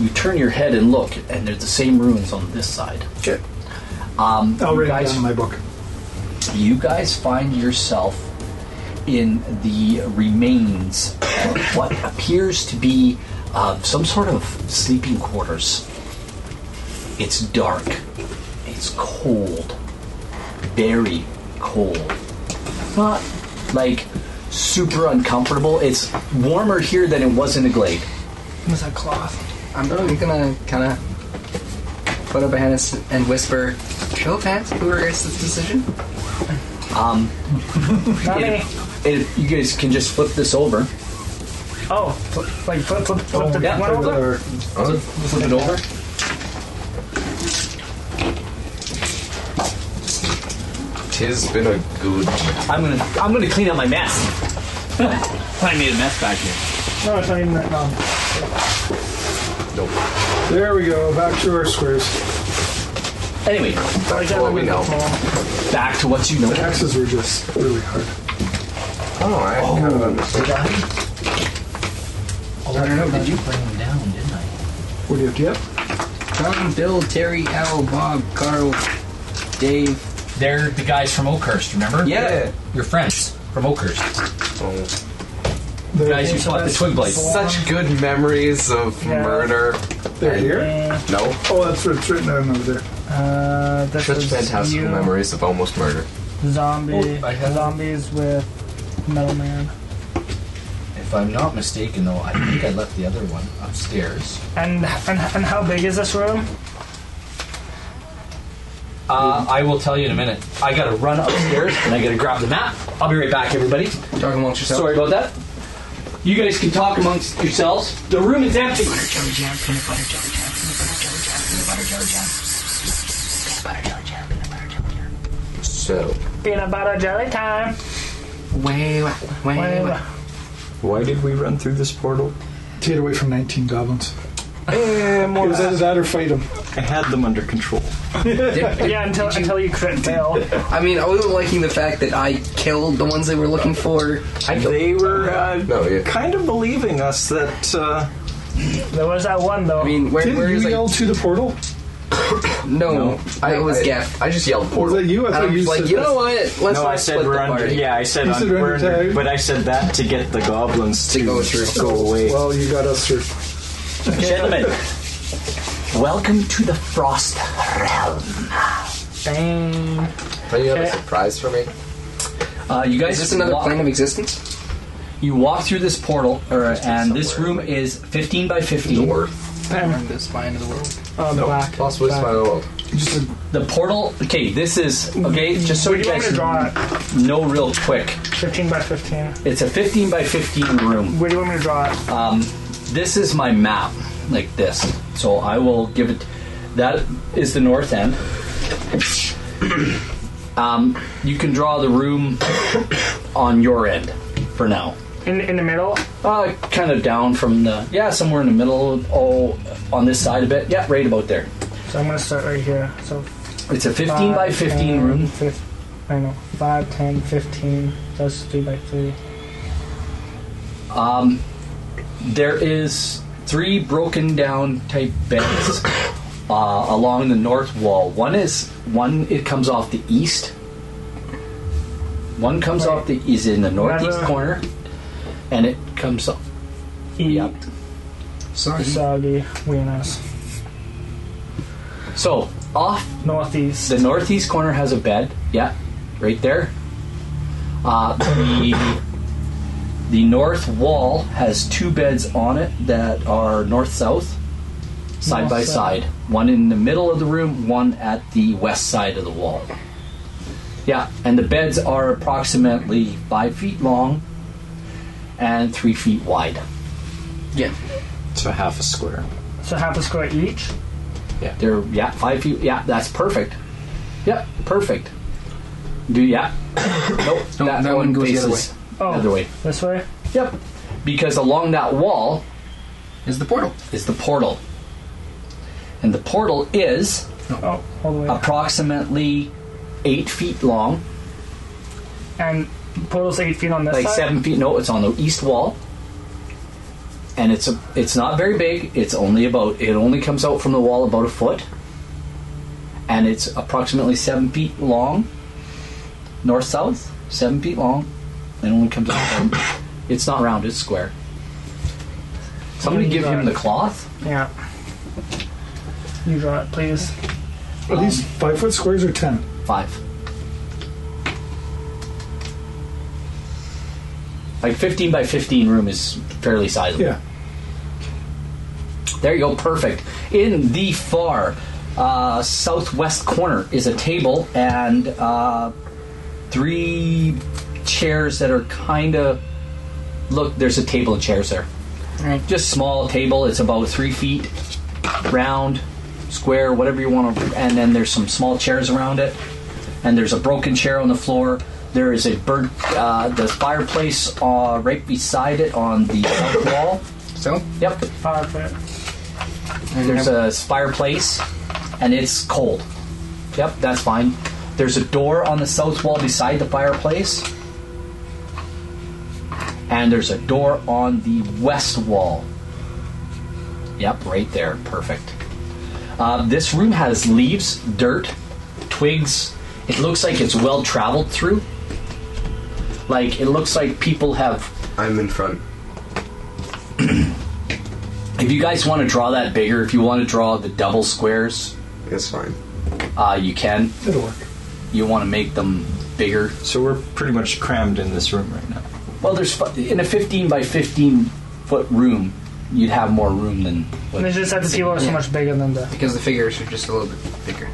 [SPEAKER 2] you turn your head and look, and they're the same runes on this side.
[SPEAKER 5] Okay.
[SPEAKER 2] Um,
[SPEAKER 5] I'll
[SPEAKER 2] you
[SPEAKER 5] write it
[SPEAKER 2] guys
[SPEAKER 5] down in my book.
[SPEAKER 2] you guys find yourself in the remains of what appears to be uh, some sort of sleeping quarters. It's dark, it's cold, very cold. Not like super uncomfortable. It's warmer here than it was in the glade.
[SPEAKER 4] Was that cloth?
[SPEAKER 3] I'm gonna kind of put up a hand and s- and whisper, "Show of hands, who regrets this decision?"
[SPEAKER 4] Not me.
[SPEAKER 2] It, you guys can just flip this over.
[SPEAKER 4] Oh, fl- like flip, flip, flip the
[SPEAKER 2] yeah,
[SPEAKER 4] one over.
[SPEAKER 5] Or-
[SPEAKER 2] Flip it over.
[SPEAKER 8] Tis been a good.
[SPEAKER 2] I'm gonna I'm gonna clean up my mess. I made a mess back here.
[SPEAKER 4] No, it's not even that. No.
[SPEAKER 5] There we go. Back to our squares.
[SPEAKER 2] Anyway,
[SPEAKER 4] Like that
[SPEAKER 8] what
[SPEAKER 4] would
[SPEAKER 8] we
[SPEAKER 4] be
[SPEAKER 8] know.
[SPEAKER 4] small.
[SPEAKER 2] back to what you know.
[SPEAKER 5] Axes were just really hard.
[SPEAKER 8] Oh, I kind of understand.
[SPEAKER 3] I don't know. Did you?
[SPEAKER 9] bring him down, didn't I?
[SPEAKER 5] What do you have to get?
[SPEAKER 3] Tom, Bill, Terry, Al, Bob, Carl, Dave.
[SPEAKER 9] They're the guys from Oakhurst, remember?
[SPEAKER 8] Yeah.
[SPEAKER 9] Your friends from Oakhurst.
[SPEAKER 8] Oh,
[SPEAKER 5] The,
[SPEAKER 9] The guys you saw at the Twig Blades.
[SPEAKER 8] Such good memories of
[SPEAKER 4] Yeah.
[SPEAKER 8] murder.
[SPEAKER 5] They're here?
[SPEAKER 4] Eh,
[SPEAKER 8] No,
[SPEAKER 5] Oh, that's what it's written down over there.
[SPEAKER 4] Uh, this
[SPEAKER 8] such
[SPEAKER 4] is
[SPEAKER 8] fantastical
[SPEAKER 4] you,
[SPEAKER 8] memories of almost murder.
[SPEAKER 4] Zombie,
[SPEAKER 9] Oh, I have-
[SPEAKER 4] zombies with Metal Man
[SPEAKER 9] If I'm not mistaken, though, I think I left the other one upstairs.
[SPEAKER 4] and, and and how big is this room?
[SPEAKER 2] Uh, I will tell you in a minute. I gotta run upstairs and I gotta grab the map. I'll be right back, everybody.
[SPEAKER 3] Talking amongst yourselves.
[SPEAKER 2] Sorry about that. You guys can talk amongst yourselves. The room is empty.
[SPEAKER 8] So,
[SPEAKER 4] Peanut butter jelly time.
[SPEAKER 3] Way, way, way,
[SPEAKER 4] Wait,
[SPEAKER 3] way.
[SPEAKER 4] wait.
[SPEAKER 1] Why did we run through this portal?
[SPEAKER 5] To get away from 19 goblins. It was either Eh, that or fight them.
[SPEAKER 1] I had them under control.
[SPEAKER 4] Yeah, until until you crit fail.
[SPEAKER 3] I mean, I wasn't liking the fact that I killed the ones they were looking for.
[SPEAKER 1] They were uh,
[SPEAKER 8] no, yeah.
[SPEAKER 1] kind of believing us that uh,
[SPEAKER 4] There was that one though.
[SPEAKER 3] I mean, where,
[SPEAKER 5] Didn't
[SPEAKER 3] where
[SPEAKER 5] you
[SPEAKER 3] is
[SPEAKER 5] yell
[SPEAKER 3] like,
[SPEAKER 5] to the portal?
[SPEAKER 3] no, I was Gaff.
[SPEAKER 8] I just yelled
[SPEAKER 5] Was
[SPEAKER 8] portal.
[SPEAKER 5] that you? I
[SPEAKER 3] And
[SPEAKER 5] thought
[SPEAKER 3] I'm
[SPEAKER 5] you
[SPEAKER 3] just like,
[SPEAKER 5] said
[SPEAKER 3] you know what? Let's
[SPEAKER 1] No,
[SPEAKER 3] not
[SPEAKER 1] I said
[SPEAKER 3] split
[SPEAKER 1] we're
[SPEAKER 3] the
[SPEAKER 1] under.
[SPEAKER 3] party.
[SPEAKER 1] Yeah, I said,
[SPEAKER 5] You said
[SPEAKER 1] un-
[SPEAKER 5] we're
[SPEAKER 1] we're
[SPEAKER 5] under
[SPEAKER 1] under,
[SPEAKER 5] tag.
[SPEAKER 1] but I said that to get the goblins to,
[SPEAKER 3] go through.
[SPEAKER 1] away.
[SPEAKER 5] Well, you got us through.
[SPEAKER 2] Gentlemen, welcome to the Frost Realm.
[SPEAKER 4] Dang.
[SPEAKER 8] Don't you have a
[SPEAKER 4] Okay.
[SPEAKER 8] surprise for me?
[SPEAKER 2] Uh, you guys
[SPEAKER 3] Is this another
[SPEAKER 2] walk-
[SPEAKER 3] plane of existence?
[SPEAKER 2] You walk through this portal, or, and this
[SPEAKER 8] somewhere,
[SPEAKER 2] room
[SPEAKER 8] like-
[SPEAKER 2] is 15 by 15.
[SPEAKER 8] North.
[SPEAKER 3] I'm the spine of the world.
[SPEAKER 4] Oh, the black.
[SPEAKER 8] Possibly
[SPEAKER 4] black.
[SPEAKER 8] smile the world.
[SPEAKER 5] Just a,
[SPEAKER 2] The portal. Okay, this is okay. Just so
[SPEAKER 4] Would
[SPEAKER 2] you
[SPEAKER 4] you want me
[SPEAKER 2] guys
[SPEAKER 4] to draw it?
[SPEAKER 2] know, real quick,
[SPEAKER 4] 15 by 15.
[SPEAKER 2] it's a 15 by 15 room.
[SPEAKER 4] Where do you want me to draw it?
[SPEAKER 2] this is my map, like this. So I will give it. That is the north end. um, you can draw the room on your end for now.
[SPEAKER 4] In in the middle?
[SPEAKER 2] Uh, kind of down from the yeah, somewhere in the middle. Oh, on this side a bit. Yeah, right about there.
[SPEAKER 4] So I'm gonna start right here. So
[SPEAKER 2] It's a 15 by
[SPEAKER 4] 5,
[SPEAKER 2] 15
[SPEAKER 4] 10,
[SPEAKER 2] room.
[SPEAKER 4] fif- I know. 5, 10, 15. That's 3 by 3.
[SPEAKER 2] There is three broken down type beds uh, along the north wall. One is one. It comes off the east. One comes off the is in the northeast
[SPEAKER 4] Never-
[SPEAKER 2] corner, and it comes off. Yep.
[SPEAKER 3] Sorry.
[SPEAKER 4] Soggy Wieners.
[SPEAKER 2] So off
[SPEAKER 4] Northeast.
[SPEAKER 2] the northeast corner has a bed. Yeah, right there. Uh, the the north wall has two beds on it that are north south, side
[SPEAKER 4] North
[SPEAKER 2] by
[SPEAKER 4] side.
[SPEAKER 2] side. One in the middle of the room, one at the west side of the wall. Yeah, and the beds are approximately five feet long and three feet wide.
[SPEAKER 3] Yeah.
[SPEAKER 1] So half a square.
[SPEAKER 4] So half a square each.
[SPEAKER 2] They're yeah, five feet. Yeah, that's perfect. Yep, perfect. Do yeah. nope.
[SPEAKER 3] that one goes the other
[SPEAKER 2] faces
[SPEAKER 4] Oh,
[SPEAKER 2] Other way.
[SPEAKER 4] This way?
[SPEAKER 2] Yep. because along that wall
[SPEAKER 3] Is the portal?
[SPEAKER 2] is the portal. And the portal is
[SPEAKER 4] Oh, all the way. Up.
[SPEAKER 2] approximately eight feet long,
[SPEAKER 4] And portal's eight feet on this
[SPEAKER 2] like
[SPEAKER 4] side.
[SPEAKER 2] seven feet. No, it's on the east wall, and it's a, it's not very big. It's only about it only comes out from the wall about a foot, and it's approximately seven feet long, north south, seven feet long, and only comes out. Seven. It's not round; it's square. Somebody give him the cloth.
[SPEAKER 4] Yeah. You draw it, please.
[SPEAKER 5] Are these five foot squares or ten?
[SPEAKER 2] Five. Like 15 by 15 room is fairly sizable.
[SPEAKER 5] Yeah.
[SPEAKER 2] There you go, perfect. In the far uh, southwest corner is a table and uh, three chairs that are kind of. Look, there's a table and chairs there.
[SPEAKER 3] Right.
[SPEAKER 2] Just small table. It's about three feet round, square, whatever you want to. And then there's some small chairs around it. And there's a broken chair on the floor. There is a bird. Uh, the fireplace uh, right beside it on the south wall.
[SPEAKER 3] So?
[SPEAKER 2] Yep.
[SPEAKER 4] Fire pit.
[SPEAKER 2] There's a fireplace, and it's cold. Yep, that's fine. There's a door on the south wall beside the fireplace, and there's a door on the west wall. Yep, right there. Perfect. Uh, this room has leaves, dirt, twigs. It looks like it's well traveled through. Like it looks like people have
[SPEAKER 8] I'm in front.
[SPEAKER 2] If you guys want to draw that bigger, if you want to draw the double squares,
[SPEAKER 8] It's fine.
[SPEAKER 2] uh, you can.
[SPEAKER 5] It'll work.
[SPEAKER 2] You want to make them bigger.
[SPEAKER 1] So we're pretty much crammed in this room right now.
[SPEAKER 2] Well, there's fi- in a 15 by 15 foot room, you'd have more room than.
[SPEAKER 4] And
[SPEAKER 2] What,
[SPEAKER 4] it's just that the people are so much bigger than the.
[SPEAKER 3] Because the figures are just a little bit bigger.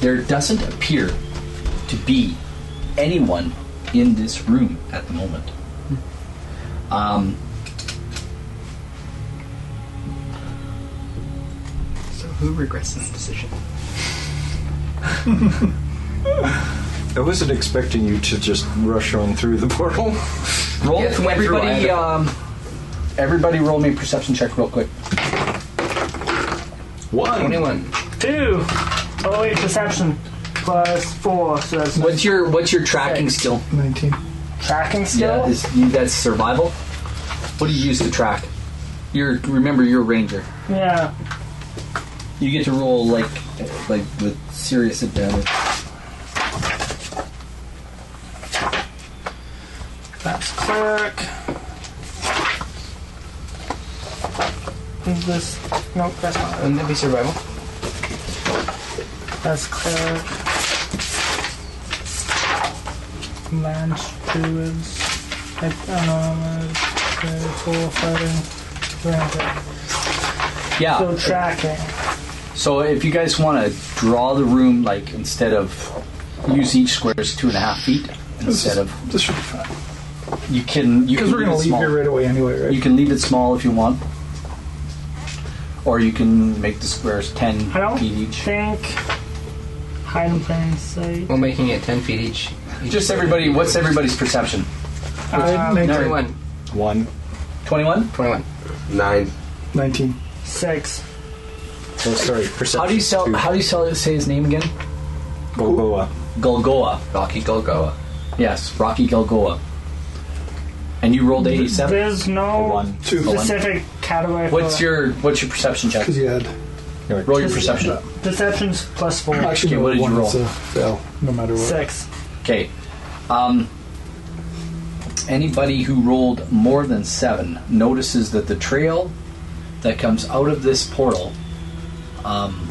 [SPEAKER 2] there doesn't appear to be anyone in this room at the moment. Um,
[SPEAKER 3] So who regrets this decision?
[SPEAKER 1] I wasn't expecting you to just rush on through the portal.
[SPEAKER 2] roll
[SPEAKER 3] Yeah, it went through
[SPEAKER 2] everybody.
[SPEAKER 3] either.
[SPEAKER 2] Um, everybody, roll me a perception check real quick.
[SPEAKER 1] One.
[SPEAKER 3] 21.
[SPEAKER 4] Two! Oh, wait, perception. Plus four, so that's
[SPEAKER 2] What's your what's your tracking skill?
[SPEAKER 5] Nineteen.
[SPEAKER 4] tracking
[SPEAKER 2] Yeah,
[SPEAKER 4] skill?
[SPEAKER 2] is, that's survival. What do you use to track? You're remember you're a ranger.
[SPEAKER 4] Yeah.
[SPEAKER 2] You get to roll like like with serious advantage.
[SPEAKER 4] That's cleric. Is this. Nope, that's not it.
[SPEAKER 3] Wouldn't that be survival?
[SPEAKER 4] That's cleric. Lands, druids. I don't know. Four, fighting. Ranger.
[SPEAKER 2] Yeah.
[SPEAKER 4] So tracking.
[SPEAKER 2] So if you guys want to draw the room, like instead of use each square as two and a half feet, instead of
[SPEAKER 5] This should be fine.
[SPEAKER 2] you can you
[SPEAKER 5] Because
[SPEAKER 2] can
[SPEAKER 5] we're
[SPEAKER 2] leave it
[SPEAKER 5] gonna leave
[SPEAKER 2] small.
[SPEAKER 5] here right away anyway, right?
[SPEAKER 2] You can leave it small if you want, or you can make the squares ten
[SPEAKER 4] I don't
[SPEAKER 2] feet each.
[SPEAKER 4] think hide in plain sight.
[SPEAKER 3] Well, making it 10 feet each.
[SPEAKER 2] Just everybody. What's everybody's perception?
[SPEAKER 4] Um,
[SPEAKER 5] Nineteen.
[SPEAKER 3] 21.
[SPEAKER 1] One.
[SPEAKER 2] Twenty-one.
[SPEAKER 3] 21.
[SPEAKER 8] Nine.
[SPEAKER 5] Nineteen.
[SPEAKER 4] six.
[SPEAKER 1] Oh, sorry. Perception.
[SPEAKER 2] How do you sell?
[SPEAKER 1] two.
[SPEAKER 2] How do you sell? Say his name again.
[SPEAKER 1] Golgoa.
[SPEAKER 2] Golgoa.
[SPEAKER 8] Rocky Golgoa.
[SPEAKER 2] Yes, Rocky Gilgoa. And you rolled 87?
[SPEAKER 4] There's no
[SPEAKER 1] One.
[SPEAKER 2] Oh,
[SPEAKER 5] Two.
[SPEAKER 4] specific category.
[SPEAKER 2] What's
[SPEAKER 4] for
[SPEAKER 2] your what's your perception check?
[SPEAKER 5] Because you had.
[SPEAKER 2] Roll your perception.
[SPEAKER 4] deceptions plus four?
[SPEAKER 5] Actually,
[SPEAKER 2] Okay, what did you
[SPEAKER 5] one,
[SPEAKER 2] roll?
[SPEAKER 5] It's a fail, no matter what.
[SPEAKER 4] Six.
[SPEAKER 2] Okay. Um, anybody who rolled more than 7 notices that the trail that comes out of this portal um,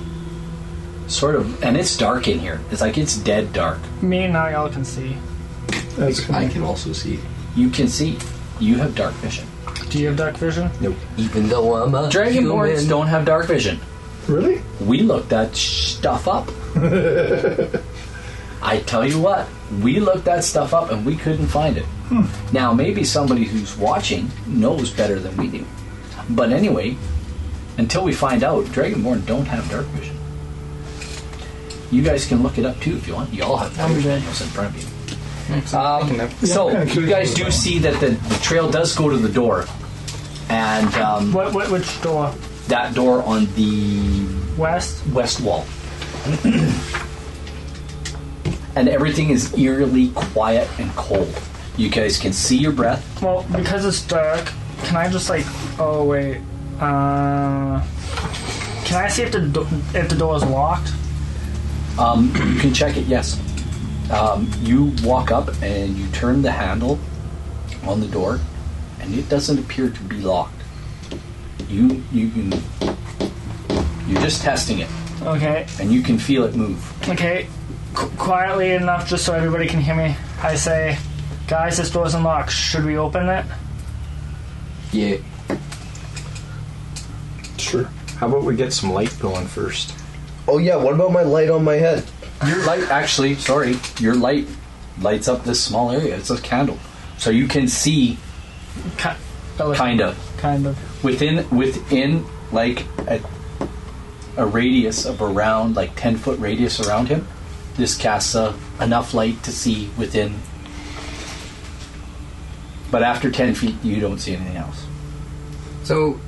[SPEAKER 2] sort of and it's dark in here. It's like it's dead dark.
[SPEAKER 4] Me and I all can see.
[SPEAKER 5] That's kinda-
[SPEAKER 8] I can also see.
[SPEAKER 2] You can see you have dark vision.
[SPEAKER 4] Do you have dark vision?
[SPEAKER 8] Even though I'm a
[SPEAKER 2] Dragonborns
[SPEAKER 8] human.
[SPEAKER 2] don't have dark vision.
[SPEAKER 5] Really?
[SPEAKER 2] We looked that stuff up. I tell you what, we looked that stuff up and we couldn't find it. Now, maybe somebody who's watching knows better than we do. But anyway, until we find out, Dragonborn don't have dark vision. You guys can look it up too if you want. You all have dark
[SPEAKER 4] I'm
[SPEAKER 2] vision
[SPEAKER 4] good.
[SPEAKER 2] manuals in front of you. Um, so
[SPEAKER 5] kinda
[SPEAKER 2] you guys do see that the, the trail does go to the door, and um,
[SPEAKER 4] What, what, which door?
[SPEAKER 2] that door on the
[SPEAKER 4] West?
[SPEAKER 2] west wall. and everything is eerily quiet and cold. You guys can see your breath.
[SPEAKER 4] Well, because it's dark, can I just like? Oh wait. Uh, can I see if the do- if the door is locked?
[SPEAKER 2] Um, you can check it, yes. Um, you walk up and you turn the handle on the door, and it doesn't appear to be locked. You you can you're just testing it,
[SPEAKER 4] Okay.
[SPEAKER 2] and you can feel it move.
[SPEAKER 4] Okay. Qu- quietly enough, just so everybody can hear me. I say, guys, this door's unlocked. Should we open it?
[SPEAKER 8] Yeah.
[SPEAKER 5] Sure.
[SPEAKER 1] How about we get some light going first?
[SPEAKER 8] Oh yeah. What about my light on my head?
[SPEAKER 2] Your light, actually, sorry, your light lights up this small area. It's a candle, so you can see
[SPEAKER 4] Ki- oh,
[SPEAKER 2] kind of
[SPEAKER 4] Kind of.
[SPEAKER 2] within within like a, a radius of around like 10 foot radius around him this casts uh, enough light to see within but after 10 feet you don't see anything else
[SPEAKER 3] So,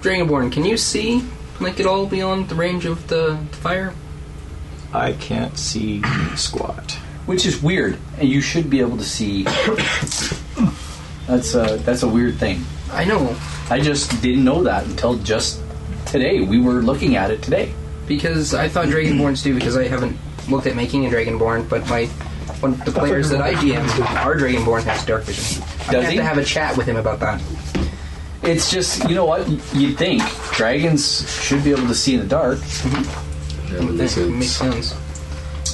[SPEAKER 3] Dragonborn, can you see like at all beyond the range of the, the fire?
[SPEAKER 1] I can't see squat.
[SPEAKER 2] which is weird and you should be able to see that's a that's a weird thing
[SPEAKER 3] I know
[SPEAKER 2] i just didn't know that until just today we were looking at it today
[SPEAKER 3] because I thought Dragonborns do because I haven't looked at making a Dragonborn, but my one of the players that I GM our Dragonborn has dark vision.
[SPEAKER 2] Does
[SPEAKER 3] I'm gonna have
[SPEAKER 2] he?
[SPEAKER 3] to have a chat with him about that.
[SPEAKER 2] It's just, you know what? You'd think dragons should be able to see in the dark.
[SPEAKER 3] That makes sense.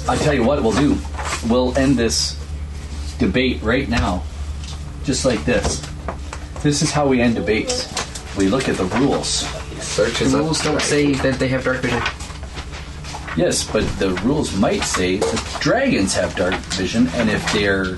[SPEAKER 2] I tell you what, we'll do. We'll end this debate right now, just like this. This is how we end debates. We look at the rules.
[SPEAKER 8] Search
[SPEAKER 3] The
[SPEAKER 8] is up.
[SPEAKER 3] rules don't say that they have dark vision.
[SPEAKER 2] Yes, but the rules might say that dragons have dark vision, and if they're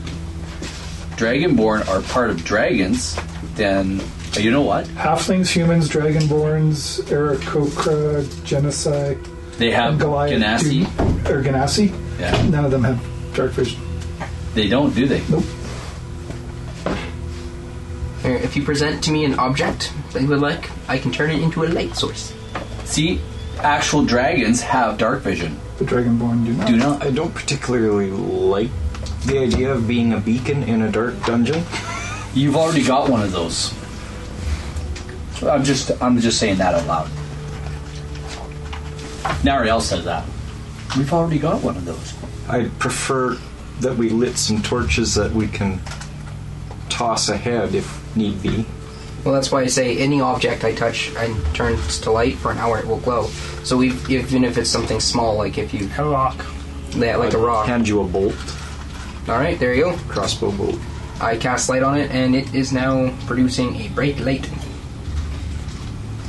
[SPEAKER 2] dragonborn are part of dragons, then you know what?
[SPEAKER 5] Halflings, humans, dragonborns, Aarakocra, Genocide,
[SPEAKER 2] They have
[SPEAKER 5] and Goliath.
[SPEAKER 2] Uh, Ganassi.
[SPEAKER 5] do- or Ganassi.
[SPEAKER 2] Yeah.
[SPEAKER 5] None of them have dark vision.
[SPEAKER 2] They don't, do they?
[SPEAKER 3] Uh, If you present to me an object that you would like, I can turn it into a light source.
[SPEAKER 2] See, actual dragons have dark vision.
[SPEAKER 5] The dragonborn do not.
[SPEAKER 2] Do not
[SPEAKER 1] I don't particularly like the idea of being a beacon in a dark dungeon.
[SPEAKER 2] You've already got one of those. I'm just I'm just saying that out loud. Nariel says that. We've already got one of those.
[SPEAKER 1] I prefer that we lit some torches that we can toss ahead if need be.
[SPEAKER 3] Well, that's why I say any object I touch and turns to light for an hour, it will glow. So we, even if it's something small, like if you
[SPEAKER 4] A rock.
[SPEAKER 3] yeah, like a rock.
[SPEAKER 1] Hand you a bolt,
[SPEAKER 3] All right, there you go.
[SPEAKER 1] crossbow bolt.
[SPEAKER 3] I cast light on it, and it is now producing a bright light.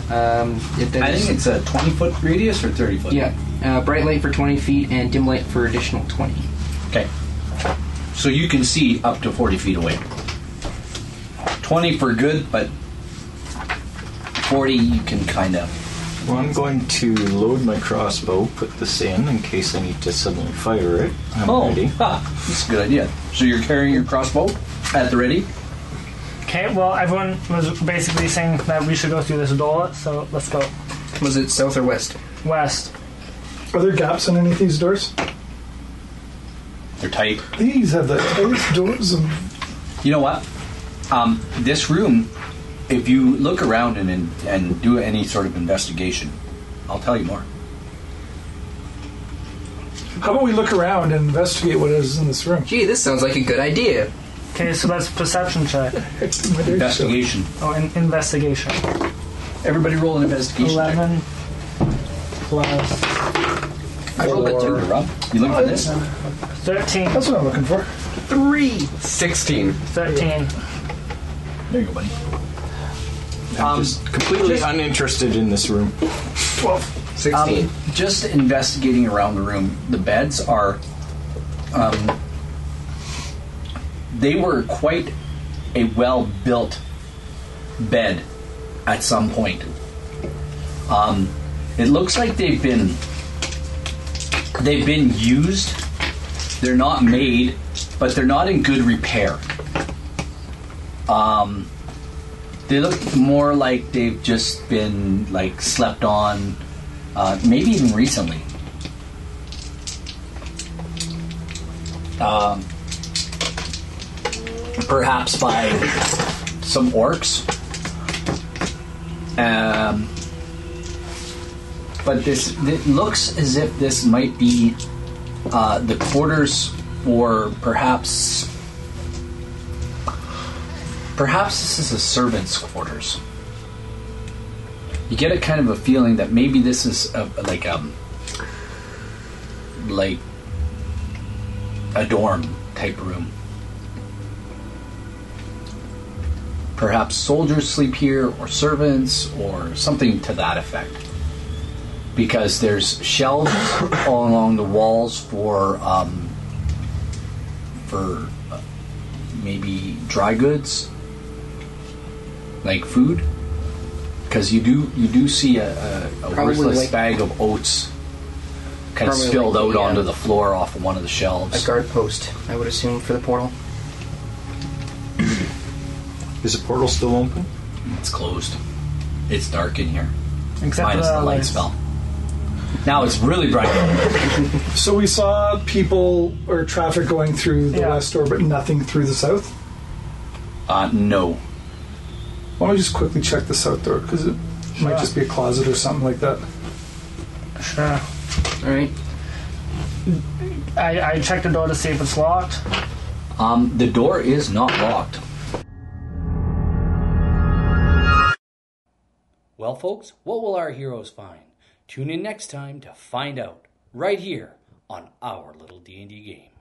[SPEAKER 3] Um, it
[SPEAKER 2] I
[SPEAKER 3] does.
[SPEAKER 2] think it's a 20 foot radius or 30 foot.
[SPEAKER 3] yeah, uh, bright light for 20 feet and dim light for additional 20.
[SPEAKER 2] Okay. So you can see up to 40 feet away. 20 for good, but 40 you can kind of.
[SPEAKER 1] Well, I'm going to load my crossbow, put this in in case I need to suddenly fire it. I'm ready.
[SPEAKER 2] Oh. ha, that's a good idea. So you're carrying your crossbow at the ready.
[SPEAKER 4] Okay. Well, everyone was basically saying that we should go through this door, so let's go
[SPEAKER 3] Was it south or west?
[SPEAKER 4] west.
[SPEAKER 5] Are there gaps in any of these doors?
[SPEAKER 2] They're tight.
[SPEAKER 5] These have the tightest doors. And
[SPEAKER 2] You know what? Um, this room, if you look around and, and and do any sort of investigation, I'll tell you more.
[SPEAKER 5] how about we look around and investigate what is in this room?
[SPEAKER 3] Gee, this sounds like a good idea.
[SPEAKER 4] Okay, so that's perception check.
[SPEAKER 5] Heck, my days, so-
[SPEAKER 2] Investigation.
[SPEAKER 4] Oh, in- investigation.
[SPEAKER 2] Everybody roll an investigation. check.
[SPEAKER 4] Eleven plus
[SPEAKER 2] I rolled a two. Rob. You looking for this?
[SPEAKER 4] thirteen.
[SPEAKER 5] That's what I'm looking for.
[SPEAKER 8] Sixteen.
[SPEAKER 4] Thirteen.
[SPEAKER 2] There you go, buddy. Um,
[SPEAKER 1] I'm just completely uninterested in this room.
[SPEAKER 8] Sixteen.
[SPEAKER 2] Um, Just investigating around the room, the beds are. Um, they were quite a well built bed at some point. Um, it looks like they've been they've been used. They're not made but they're not in good repair. Um, they look more like they've just been like slept on, uh, maybe even recently. Um, perhaps by some orcs. Um, but this it looks as if this might be uh, the quarters, or perhaps perhaps this is a servant's quarters. You get a kind of a feeling that maybe this is a, like um like a dorm type room. Perhaps soldiers sleep here, or servants, or something to that effect. Because there's shelves all along the walls for um, for uh, maybe dry goods, like food. Because you do you do see a, a, a
[SPEAKER 3] Probably
[SPEAKER 2] worthless
[SPEAKER 3] like-
[SPEAKER 2] bag of oats kind
[SPEAKER 3] Probably
[SPEAKER 2] of spilled
[SPEAKER 3] like
[SPEAKER 2] out
[SPEAKER 3] the, uh,
[SPEAKER 2] onto the floor off of one of the
[SPEAKER 3] A
[SPEAKER 2] shelves.
[SPEAKER 3] guard post, I would assume, for the portal.
[SPEAKER 1] Is the portal still open?
[SPEAKER 2] It's closed. It's dark in here.
[SPEAKER 4] Except
[SPEAKER 2] minus
[SPEAKER 4] for
[SPEAKER 2] the light
[SPEAKER 4] lights.
[SPEAKER 2] spell. Now it's really bright.
[SPEAKER 5] So we saw people or traffic going through the
[SPEAKER 4] Yeah.
[SPEAKER 5] west door, but nothing through the south.
[SPEAKER 2] Uh, no.
[SPEAKER 5] Why don't we just quickly check the south door because it
[SPEAKER 4] Sure.
[SPEAKER 5] might just be a closet or something like that.
[SPEAKER 4] Sure.
[SPEAKER 3] Alright.
[SPEAKER 4] I, I checked the door to see if it's locked.
[SPEAKER 2] Um, the door is not locked.
[SPEAKER 10] Well, folks, what will our heroes find? Tune in next time to find out right here on our little D&D game.